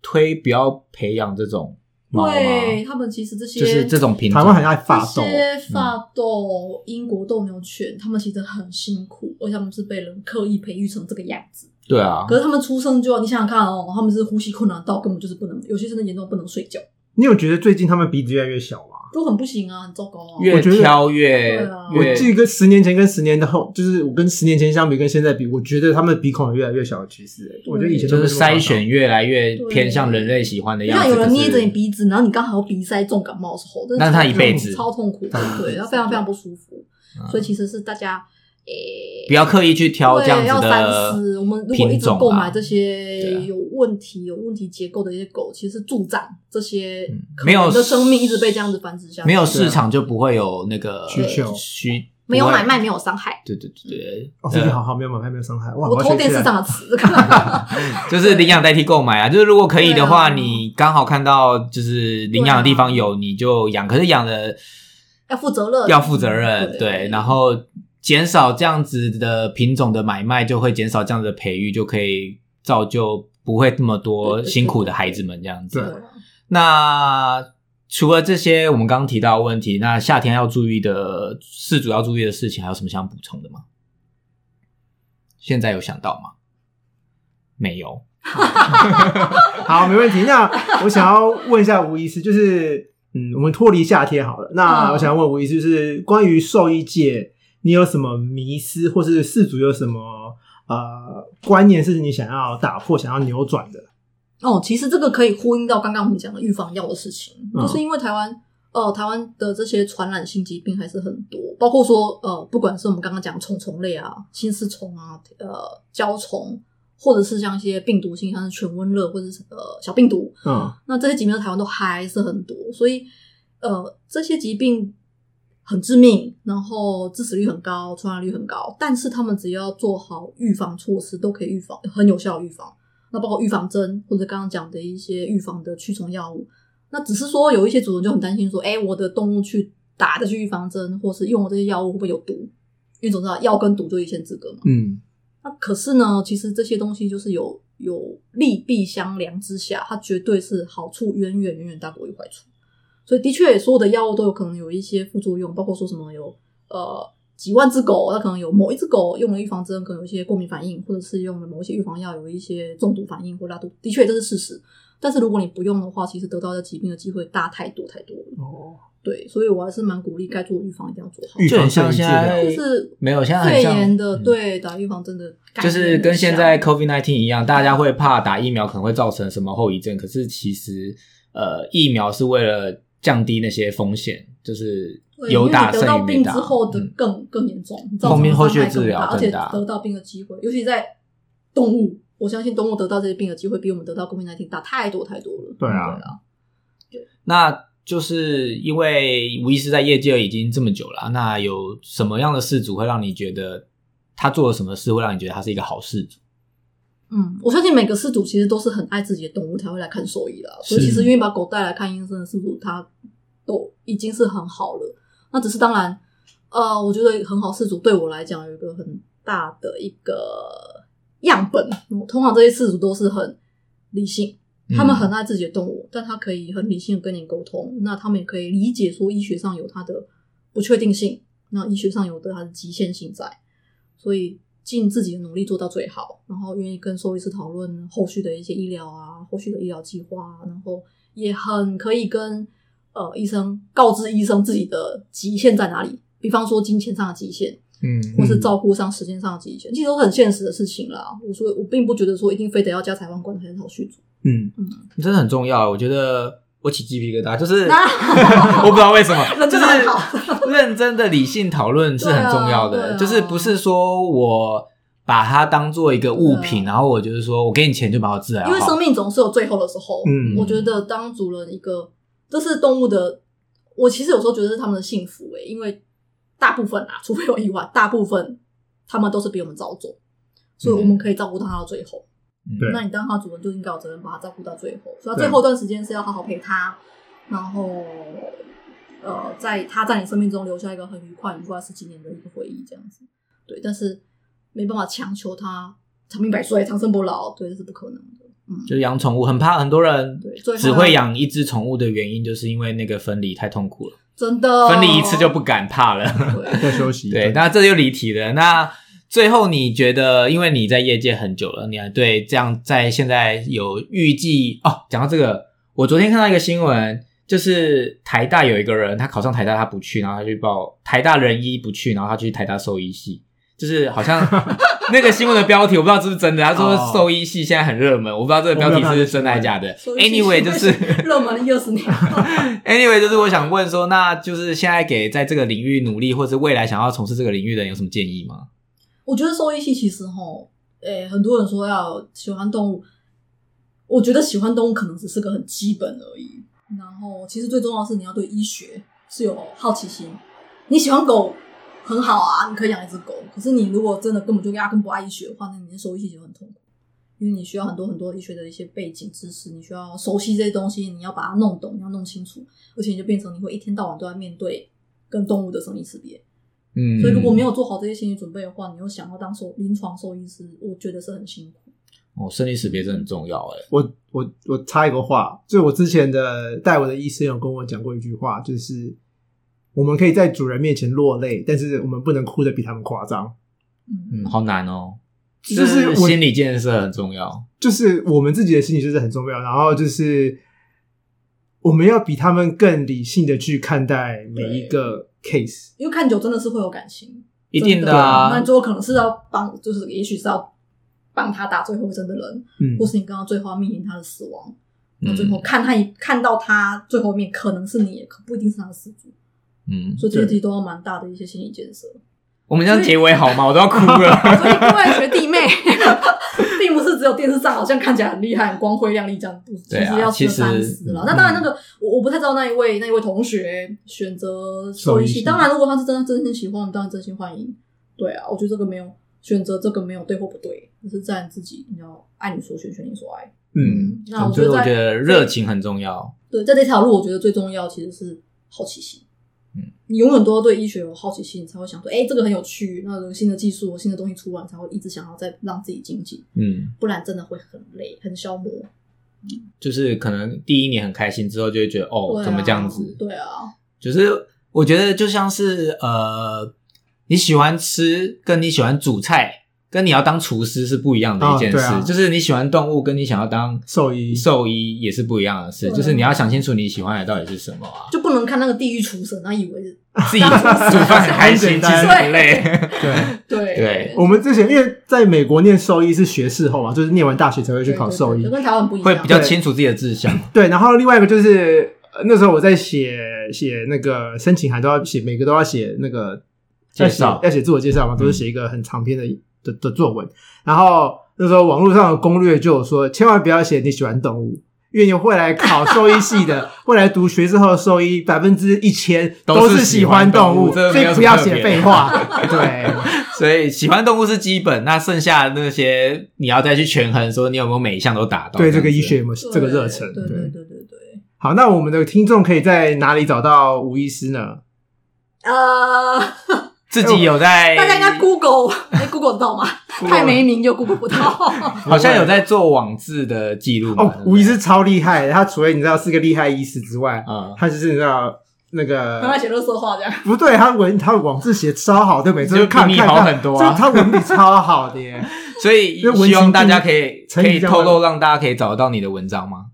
[SPEAKER 1] 推不要培养这种猫吗？
[SPEAKER 3] 对他们其实这些
[SPEAKER 1] 就是这种品种，
[SPEAKER 2] 台湾很爱发
[SPEAKER 3] 这
[SPEAKER 2] 抖，嗯
[SPEAKER 3] 些法斗、英国斗牛犬，他们其实很辛苦，而且他们是被人刻意培育成这个样子。
[SPEAKER 1] 对啊
[SPEAKER 3] 可，是他们出生就，你想想看哦，他们是呼吸困难到根本就是不能，有些甚至严重不能睡觉，
[SPEAKER 2] 你有觉得最近他们鼻子越来越小吗？
[SPEAKER 3] 都很不行啊，很糟糕啊。
[SPEAKER 1] 越
[SPEAKER 2] 我觉得
[SPEAKER 1] 挑越
[SPEAKER 3] 对啊
[SPEAKER 2] 我
[SPEAKER 1] 越
[SPEAKER 2] 记得跟十年前跟十年的后，就是我跟十年前相比，跟现在比，我觉得他们的鼻孔有越来越小的趋势、欸我觉得以前都
[SPEAKER 1] 就
[SPEAKER 2] 没
[SPEAKER 1] 是
[SPEAKER 2] 这么夸张
[SPEAKER 1] 筛选越来越
[SPEAKER 3] 对
[SPEAKER 1] 偏向人类喜欢的
[SPEAKER 3] 你
[SPEAKER 1] 样
[SPEAKER 3] 看
[SPEAKER 1] 子。
[SPEAKER 3] 有人
[SPEAKER 1] 可是
[SPEAKER 3] 捏着你鼻子，然后你刚好有鼻塞重感冒的时候，真的
[SPEAKER 1] 那
[SPEAKER 3] 超
[SPEAKER 1] 他一辈子
[SPEAKER 3] 超痛苦的，对，他非常非常不舒服。
[SPEAKER 1] 嗯
[SPEAKER 3] 所以其实是大家诶，
[SPEAKER 1] 不要刻意去挑这样
[SPEAKER 3] 对
[SPEAKER 1] 子
[SPEAKER 3] 要
[SPEAKER 1] 的
[SPEAKER 3] 三思。我们如果一
[SPEAKER 1] 品
[SPEAKER 3] 直
[SPEAKER 1] 种
[SPEAKER 3] 购
[SPEAKER 1] 啊
[SPEAKER 3] 买这
[SPEAKER 1] 对啊
[SPEAKER 3] 些有问题、有问题结构的一些狗，其实是助长这些
[SPEAKER 1] 嗯
[SPEAKER 3] 可
[SPEAKER 1] 没有
[SPEAKER 3] 怜的生命一直被这样子繁殖下去，啊
[SPEAKER 1] 没有市场就不会有那个
[SPEAKER 2] 需求
[SPEAKER 1] 需
[SPEAKER 3] 没有买卖，没
[SPEAKER 1] 有
[SPEAKER 3] 有伤害。
[SPEAKER 1] 对对对对，
[SPEAKER 2] 哦，最近好好没有买卖，没有伤害，哇，
[SPEAKER 3] 我
[SPEAKER 2] 要
[SPEAKER 3] 偷
[SPEAKER 2] 学
[SPEAKER 3] 电
[SPEAKER 2] 起来
[SPEAKER 3] 视上的词，
[SPEAKER 1] 就是领养代替购买啊，就是如果可以的话，
[SPEAKER 3] 对啊
[SPEAKER 1] 你刚好看到就是领养的地方有，你就养，可是养的
[SPEAKER 3] 要负责任，
[SPEAKER 1] 要负责任，对，然后减少这样子的品种的买卖，就会减少这样子的培育，就可以造就不会那么多
[SPEAKER 3] 对对对
[SPEAKER 1] 辛苦的孩子们这样
[SPEAKER 3] 对
[SPEAKER 1] 子。那除了这些我们刚刚提到的问题，那夏天要注意的事主要注意的事情，还有什么想补充的吗？现在有想到吗？没有。
[SPEAKER 2] 好，没问题。那我想要问一下吴医师，就是嗯，我们脱离夏天好了。那
[SPEAKER 3] 嗯
[SPEAKER 2] 我想问吴医师，就是关于兽医界，你有什么迷思，或是饲主有什么呃观念是你想要打破、想要扭转的？
[SPEAKER 3] 哦，其实这个可以呼应到刚刚我们讲的预防药的事情，
[SPEAKER 2] 嗯
[SPEAKER 3] 就是因为台湾。呃，台湾的这些传染性疾病还是很多，包括说呃，不管是我们刚刚讲虫虫类啊、心丝虫啊、呃胶虫，或者是像一些病毒性，像是犬瘟热或者是呃小病毒，
[SPEAKER 2] 嗯，
[SPEAKER 3] 那这些疾病在台湾都还是很多，所以呃，这些疾病很致命，然后致死率很高，传染率很高，但是他们只要做好预防措施，都可以预防很有效的预防。那包括预防针或者刚刚讲的一些预防的驱虫药物，那只是说有一些主人就很担心说，哎、我的动物去打这些预防针，或是用了这些药物会不会有毒？因为总知道药跟毒就一线之隔嘛。
[SPEAKER 1] 嗯，
[SPEAKER 3] 那可是呢，其实这些东西就是有有利弊相量之下，它绝对是好处远远远远大过于坏处。所以的确，所有的药物都有可能有一些副作用，包括说什么有呃几万只狗，它可能有某一只狗用了预防针，可能有一些过敏反应，或者是用了某一些预防药有一些中毒反应或拉肚，的确这是事实。但是如果你不用的话，其实得到的疾病的机会大太多太多了。
[SPEAKER 2] 哦，
[SPEAKER 3] 对，所以我还是蛮鼓励该做的预防一定要做好。
[SPEAKER 2] 预
[SPEAKER 1] 就
[SPEAKER 2] 防
[SPEAKER 1] 很
[SPEAKER 2] 胜
[SPEAKER 1] 像
[SPEAKER 2] 于治
[SPEAKER 1] 现
[SPEAKER 2] 疗
[SPEAKER 1] 在。
[SPEAKER 3] 就是
[SPEAKER 1] 没有现在很
[SPEAKER 3] 肺
[SPEAKER 1] 像
[SPEAKER 3] 炎的，
[SPEAKER 1] 嗯
[SPEAKER 3] 对打预防针的概念很
[SPEAKER 1] 就
[SPEAKER 3] 像，
[SPEAKER 1] 是跟现在 COVID nineteen 一样，大家会怕打疫苗可能会造成什么后遗症，可是其实呃，疫苗是为了降低那些风险，就是
[SPEAKER 3] 对因为
[SPEAKER 1] 有
[SPEAKER 3] 你
[SPEAKER 1] 打
[SPEAKER 3] 得到
[SPEAKER 1] 胜于没
[SPEAKER 3] 病之
[SPEAKER 1] 打。
[SPEAKER 3] 后的
[SPEAKER 1] 嗯
[SPEAKER 3] 更、更严重，造
[SPEAKER 1] 后
[SPEAKER 3] 成
[SPEAKER 1] 面
[SPEAKER 3] 的
[SPEAKER 1] 后
[SPEAKER 3] 伤害
[SPEAKER 1] 续治
[SPEAKER 3] 更
[SPEAKER 1] 疗
[SPEAKER 3] 大而
[SPEAKER 1] 更
[SPEAKER 3] 且
[SPEAKER 1] 大
[SPEAKER 3] 得到病的机会，尤其在动物，我相信动物得到这些病的机会比我们得到 COVID-19 大太多太多了。
[SPEAKER 2] 对啊
[SPEAKER 3] 对啊，
[SPEAKER 1] 那就是因为吴医师在业界已经这么久了，那有什么样的事主会让你觉得他做了什么事会让你觉得他是一个好事主？
[SPEAKER 3] 嗯，我相信每个饲主其实都是很爱自己的动物才会来看兽医啦，所以
[SPEAKER 1] 是
[SPEAKER 3] 其实愿意把狗带来看医生的饲主，他都已经是很好了。那只是当然，呃，我觉得很好饲主对我来讲有一个很大的一个样本。嗯通常这些饲主都是很理性，他
[SPEAKER 1] 嗯
[SPEAKER 3] 们很爱自己的动物，但他可以很理性的跟你沟通，那他们也可以理解说医学上有它的不确定性，那医学上有的它的极限性在，所以尽自己的努力做到最好，然后愿意跟兽医师讨论后续的一些医疗啊，后续的医疗计划啊，然后也很可以跟呃医生告知医生自己的极限在哪里，比方说金钱上的极限，
[SPEAKER 1] 嗯，
[SPEAKER 3] 或是
[SPEAKER 1] 嗯
[SPEAKER 3] 照顾上时间上的极限，其实都是很现实的事情啦。我说我并不觉得说一定非得要加裁判官才能好续主，
[SPEAKER 2] 嗯，
[SPEAKER 3] 嗯，
[SPEAKER 1] 真的很重要，我觉得我起鸡皮疙瘩，就是
[SPEAKER 3] 啊
[SPEAKER 1] 我不知道为什么，
[SPEAKER 3] 人
[SPEAKER 1] 就
[SPEAKER 3] 真的很好
[SPEAKER 1] 是 认真的理性讨论是很重要
[SPEAKER 3] 对啊
[SPEAKER 1] 的，
[SPEAKER 3] 对啊
[SPEAKER 1] 就是不是说我把它当做一个物品，
[SPEAKER 3] 对啊
[SPEAKER 1] 然后我就是说我给你钱就把我治疗好，
[SPEAKER 3] 因为生命总是有最后的时候。
[SPEAKER 2] 嗯
[SPEAKER 3] 我觉得当主人一个，这是动物的，欸我其实有时候觉得是他们的幸福诶、因为大部分啊，除非有意外，大部分他们都是比我们早走，所以我们可以照顾到他到最后。
[SPEAKER 1] 嗯
[SPEAKER 2] 对
[SPEAKER 3] 那你当他的主人就应该有责任把他照顾到最后，所以他最后一段时间是要好好陪他，然后呃，在他在你生命中留下一个很愉快、愉快十几年的一个回忆，这样子。对，但是没办法强求他长命百岁、长生不老，对，这是不可能的。嗯，
[SPEAKER 1] 就是养宠物很怕很多人
[SPEAKER 3] 对最怕
[SPEAKER 1] 只会养一只宠物的原因，就是因为那个分离太痛苦了，
[SPEAKER 3] 真的
[SPEAKER 1] 分离一次就不敢怕了。
[SPEAKER 3] 对。
[SPEAKER 2] 要休息。
[SPEAKER 1] 哦 对，那这就离题了。那最后你觉得，因为你在业界很久了，你还对这样在现在有预计哦？讲到这个，我昨天看到一个新闻，就是台大有一个人，他考上台大，他不去，然后他去报台大人医不去，然后他去台大兽医系，就是好 像那个新闻的标题，我不知道是不是真的。他说
[SPEAKER 2] 哦
[SPEAKER 1] 兽医系现在很热门，我不知道这个标题是不是真的还是假的。
[SPEAKER 3] 所以
[SPEAKER 1] Anyway，就是。
[SPEAKER 3] 热门了一二十年，
[SPEAKER 1] Anyway，就是我想问说，那就是现在给在这个领域努力，或是未来想要从事这个领域的人有什么建议吗？
[SPEAKER 3] 我觉得兽医系其实吼，诶、很多人说要喜欢动物，我觉得喜欢动物可能只是个很基本而已。然后，其实最重要的是你要对医学是有好奇心。你喜欢狗很好啊，你可以养一只狗。可是你如果真的根本就压根不爱医学的话，那你的兽医系就很痛苦，因为你需要很多很多医学的一些背景知识，你需要熟悉这些东西，你要把它弄懂，你要弄清楚，而且你就变成你会一天到晚都在面对跟动物的生离死别。
[SPEAKER 1] 嗯，
[SPEAKER 3] 所以如果没有做好这些心理准备的话，你又想要当兽临床兽医师，我觉得是很辛苦。
[SPEAKER 1] 哦，生离识别真的很重要哎。
[SPEAKER 2] 我我我插一个话，就我之前的带我的医生有跟我讲过一句话，就是我们可以在主人面前落泪，但是我们不能哭的比他们夸张。
[SPEAKER 3] 嗯，
[SPEAKER 1] 嗯，好难哦。
[SPEAKER 2] 就是是我
[SPEAKER 1] 心理建设很重要。
[SPEAKER 2] 就是我们自己的心理就是很重要，然后就是我们要比他们更理性的去看待每一个 case。
[SPEAKER 3] 因为看久真的是会有感情，
[SPEAKER 1] 一定
[SPEAKER 3] 真
[SPEAKER 1] 的
[SPEAKER 3] 的
[SPEAKER 1] 啊
[SPEAKER 3] 那最后可能是要帮，就是也许是要帮他打最后一针的人，
[SPEAKER 2] 嗯
[SPEAKER 3] 或，是你刚刚最后要面临他的死亡，那
[SPEAKER 1] 嗯
[SPEAKER 3] 最后看他一看到他最后面，可能是你，也可不一定是他的死主，
[SPEAKER 1] 嗯，
[SPEAKER 3] 所以这
[SPEAKER 2] 对
[SPEAKER 3] 些都要蛮大的一些心理建设。
[SPEAKER 1] 我们这样结尾好吗？我都要哭 了。
[SPEAKER 3] 所以各位学弟妹， 并不是只有电视上好像看起来很厉害、很光辉亮丽这样，
[SPEAKER 1] 对啊
[SPEAKER 3] 其实要
[SPEAKER 1] 其
[SPEAKER 3] 吃
[SPEAKER 1] 实
[SPEAKER 3] 三思了
[SPEAKER 1] 嗯。
[SPEAKER 3] 那当然，那个我我不太知道那一位那一位同学选择兽医
[SPEAKER 2] 兽医
[SPEAKER 3] 系，
[SPEAKER 2] 系
[SPEAKER 3] 当然如果他是真的真心喜欢，我们当然真心欢迎。对啊，我觉得这个没有选择，这个没有对或不对，只是在你自己，你要爱你所选，选你所爱。
[SPEAKER 2] 嗯，
[SPEAKER 3] 那我
[SPEAKER 1] 所以
[SPEAKER 3] 觉
[SPEAKER 1] 我
[SPEAKER 3] 得
[SPEAKER 1] 觉
[SPEAKER 3] 在
[SPEAKER 1] 得热情很重要。
[SPEAKER 3] 对在这条路，我觉得最重要其实是好奇心。
[SPEAKER 1] 嗯，
[SPEAKER 3] 你永远都要对医学有好奇心，你才会想说，哎、这个很有趣，那个新的技术、新的东西出来，才会一直想要再让自己精进。
[SPEAKER 1] 嗯，
[SPEAKER 3] 不然真的会很累，很消磨。
[SPEAKER 1] 就是可能第一年很开心，之后就会觉得哦，
[SPEAKER 3] 对啊
[SPEAKER 1] 怎么这样子？
[SPEAKER 3] 对啊，
[SPEAKER 1] 就是我觉得就像是呃，你喜欢吃跟你喜欢煮菜，跟你要当厨师是不一样的一件事。
[SPEAKER 2] 哦对啊
[SPEAKER 1] 就是你喜欢动物，跟你想要当
[SPEAKER 2] 兽医
[SPEAKER 1] 兽医也是不一样的事。
[SPEAKER 3] 对啊
[SPEAKER 1] 就是你要想清楚你喜欢的到底是什么 啊。
[SPEAKER 3] 就不能看那个地狱厨神，那以为是
[SPEAKER 1] 自己煮饭很开心，其
[SPEAKER 2] 很简单
[SPEAKER 1] 实很累。
[SPEAKER 2] 对，
[SPEAKER 3] 对
[SPEAKER 1] 对
[SPEAKER 2] 我们之前因为在美国念兽医是学士后嘛，就是念完大学才会去考兽医
[SPEAKER 3] 对对对。跟台湾不一 样，
[SPEAKER 1] 会比较清楚自己的志向。
[SPEAKER 2] 对，然后另外一个就是呃那时候我在写写那个申请函，都要写每个都要写那个
[SPEAKER 1] 介绍嗯
[SPEAKER 2] 要写要写自我介绍嘛，都是写一个很长篇的、的的作文。然后那时候网络上的攻略就有说，千万不要写你喜欢动物。因为你会来考兽医 系的，会来读学士后的兽医，百分之一千
[SPEAKER 1] 都是
[SPEAKER 2] 是
[SPEAKER 1] 喜
[SPEAKER 2] 喜
[SPEAKER 1] 欢
[SPEAKER 2] 欢
[SPEAKER 1] 动
[SPEAKER 2] 动
[SPEAKER 1] 物
[SPEAKER 2] 物，
[SPEAKER 1] 这
[SPEAKER 2] 所
[SPEAKER 1] 没有什
[SPEAKER 2] 以不
[SPEAKER 1] 么
[SPEAKER 2] 要
[SPEAKER 1] 特别
[SPEAKER 2] 写废话。 对，
[SPEAKER 1] 所以喜欢动物是基本，那剩下的那些你要再去权衡，说你有没有每一项都达到。
[SPEAKER 2] 对这
[SPEAKER 1] 样
[SPEAKER 2] 个
[SPEAKER 1] 子
[SPEAKER 2] 医学，有没有
[SPEAKER 3] 对
[SPEAKER 2] 这个热忱？
[SPEAKER 3] 对对对对对。
[SPEAKER 2] 好，那我们的听众可以在哪里找到吴医师呢？
[SPEAKER 3] 呃，
[SPEAKER 1] 自
[SPEAKER 2] 哎
[SPEAKER 1] 己有在，
[SPEAKER 3] 大家应该 Google，哎，Google 得到吗？太没名就 Google 不到。
[SPEAKER 1] 好像有在做网志的记录嘛
[SPEAKER 2] 哦，吴医师，超厉害的，他除了你知道是个厉害医师之外，
[SPEAKER 1] 啊，
[SPEAKER 2] 他就是你知道那
[SPEAKER 3] 刚才
[SPEAKER 2] 个
[SPEAKER 3] 写热色话这样，
[SPEAKER 2] 不对，他文他网字写超好，对每次
[SPEAKER 1] 就
[SPEAKER 2] 都看
[SPEAKER 1] 比你
[SPEAKER 2] 看
[SPEAKER 1] 好
[SPEAKER 2] 看
[SPEAKER 1] 很多啊
[SPEAKER 2] 就他文笔超好的 耶。
[SPEAKER 1] 嗯所以
[SPEAKER 2] 因为文
[SPEAKER 1] 希望
[SPEAKER 2] 情
[SPEAKER 1] 大家
[SPEAKER 2] 并
[SPEAKER 1] 可以
[SPEAKER 2] 成
[SPEAKER 1] 可
[SPEAKER 2] 语
[SPEAKER 1] 以
[SPEAKER 2] 这样
[SPEAKER 1] 透
[SPEAKER 2] 吗
[SPEAKER 1] 露，让大家可以找得到你的文章 吗？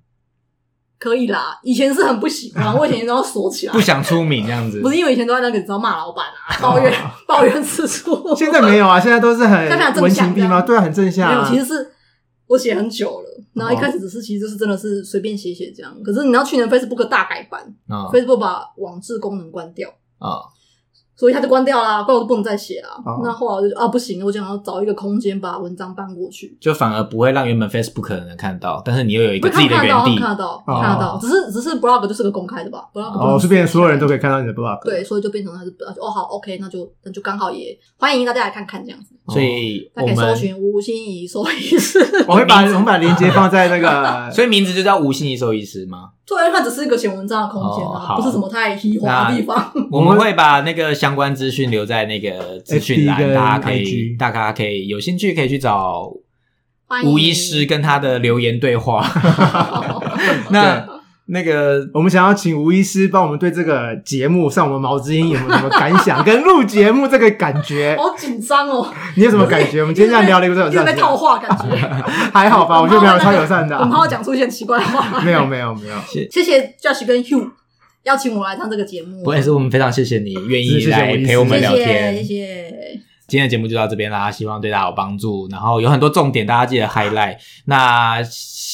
[SPEAKER 3] 可以啦。以前是很不喜 欢，我以前都要锁起来
[SPEAKER 1] 不，想出名这样子，
[SPEAKER 3] 不是因为以前都在那个你知道骂老板啊，抱怨
[SPEAKER 1] 哦
[SPEAKER 3] 抱怨吃醋。
[SPEAKER 2] 现在没有啊，现在都是很
[SPEAKER 3] 现在很正
[SPEAKER 2] 文
[SPEAKER 3] 向
[SPEAKER 2] 情并茂，
[SPEAKER 3] 这样
[SPEAKER 2] 对啊，很正向
[SPEAKER 3] 没有，
[SPEAKER 2] 啊
[SPEAKER 3] 其。实是我写很久了，然后一开始只是其实就是真的是随便写写这样。可是你知道去年 Facebook 大改版
[SPEAKER 1] 啊
[SPEAKER 3] ，Facebook 把网志功能关掉，
[SPEAKER 1] 啊，
[SPEAKER 3] 所以他就关掉啦，关我就不能再写啊。
[SPEAKER 2] 哦
[SPEAKER 3] 那后来我就啊不行，我想要找一个空间把文章搬过去。
[SPEAKER 1] 就反而不会让原本 Facebook 的人看到，但是你又有一
[SPEAKER 3] 不
[SPEAKER 1] 个
[SPEAKER 3] 是
[SPEAKER 1] 自己
[SPEAKER 3] 他
[SPEAKER 1] 的
[SPEAKER 3] 看得
[SPEAKER 1] 原
[SPEAKER 3] 到，
[SPEAKER 1] 地啊
[SPEAKER 3] 他看得到，
[SPEAKER 2] 哦
[SPEAKER 3] 他看得到，只是只是 blog 就是个公开的吧，blog 不能
[SPEAKER 2] 哦，是变成所有人都可以看到你的 blog。
[SPEAKER 3] 对，，所以就变成他是哦好 OK，那就那就刚好也欢迎大家来看看这样子，
[SPEAKER 1] 哦所以
[SPEAKER 3] 大
[SPEAKER 1] 我
[SPEAKER 3] 家可以搜
[SPEAKER 1] 们
[SPEAKER 3] 寻吴心怡兽医师，
[SPEAKER 2] 我会把我们把链接放在那 个
[SPEAKER 1] 所以名字就叫无心一兽医师吗？
[SPEAKER 3] 对，因为它只是一个写文章的空间
[SPEAKER 1] 哦
[SPEAKER 3] 啊，
[SPEAKER 1] 好
[SPEAKER 3] 不是什么太稀花的地方。
[SPEAKER 1] 我们会把那个相关资讯留在那个资讯
[SPEAKER 2] FB
[SPEAKER 1] 栏，
[SPEAKER 2] 跟
[SPEAKER 1] 大家可以
[SPEAKER 2] IG
[SPEAKER 1] 大家可以有兴趣可以去找
[SPEAKER 3] 欢迎
[SPEAKER 1] 吴医师跟他的留言对话。 那那个
[SPEAKER 2] 我们想要请吴医师帮我们对这个节目上我们毛之音有没有什么感想，跟录节目这个感觉，
[SPEAKER 3] 好紧张哦，
[SPEAKER 2] 你有什么感觉？我们今天这样聊了一个
[SPEAKER 3] 一
[SPEAKER 2] 这
[SPEAKER 3] 直
[SPEAKER 2] 种
[SPEAKER 3] 在
[SPEAKER 2] 事
[SPEAKER 3] 套
[SPEAKER 2] 情，
[SPEAKER 3] 话，感觉
[SPEAKER 2] 还啊好吧？我觉得没有超友善的啊
[SPEAKER 3] 我，们好像讲出一些奇怪的 话。
[SPEAKER 2] 没有没有没有，
[SPEAKER 3] 谢谢 Josh 跟 Hugh 邀请我来上这个节目，
[SPEAKER 1] 我也是，我们非常谢谢你愿
[SPEAKER 2] 是
[SPEAKER 1] 意
[SPEAKER 2] 谢谢
[SPEAKER 1] 来
[SPEAKER 2] 吴医师
[SPEAKER 1] 陪我们
[SPEAKER 3] 谢
[SPEAKER 1] 聊天，
[SPEAKER 3] 谢谢谢，
[SPEAKER 1] 今天的节目就到这边啦，希望对大家有帮助。然后有很多重点，大家记得 highlight。那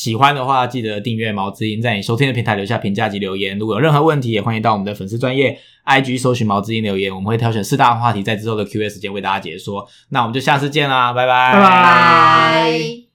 [SPEAKER 1] 喜欢的话，记得订阅毛知音，在你收听的平台留下评价及留言。如果有任何问题，也欢迎到我们的粉丝专业 IG 搜寻毛知音留言，我们会挑选四大话题，在之后的 Q&A 时间为大家解说。那我们就下次见啦，拜拜，
[SPEAKER 2] 拜拜
[SPEAKER 3] 拜。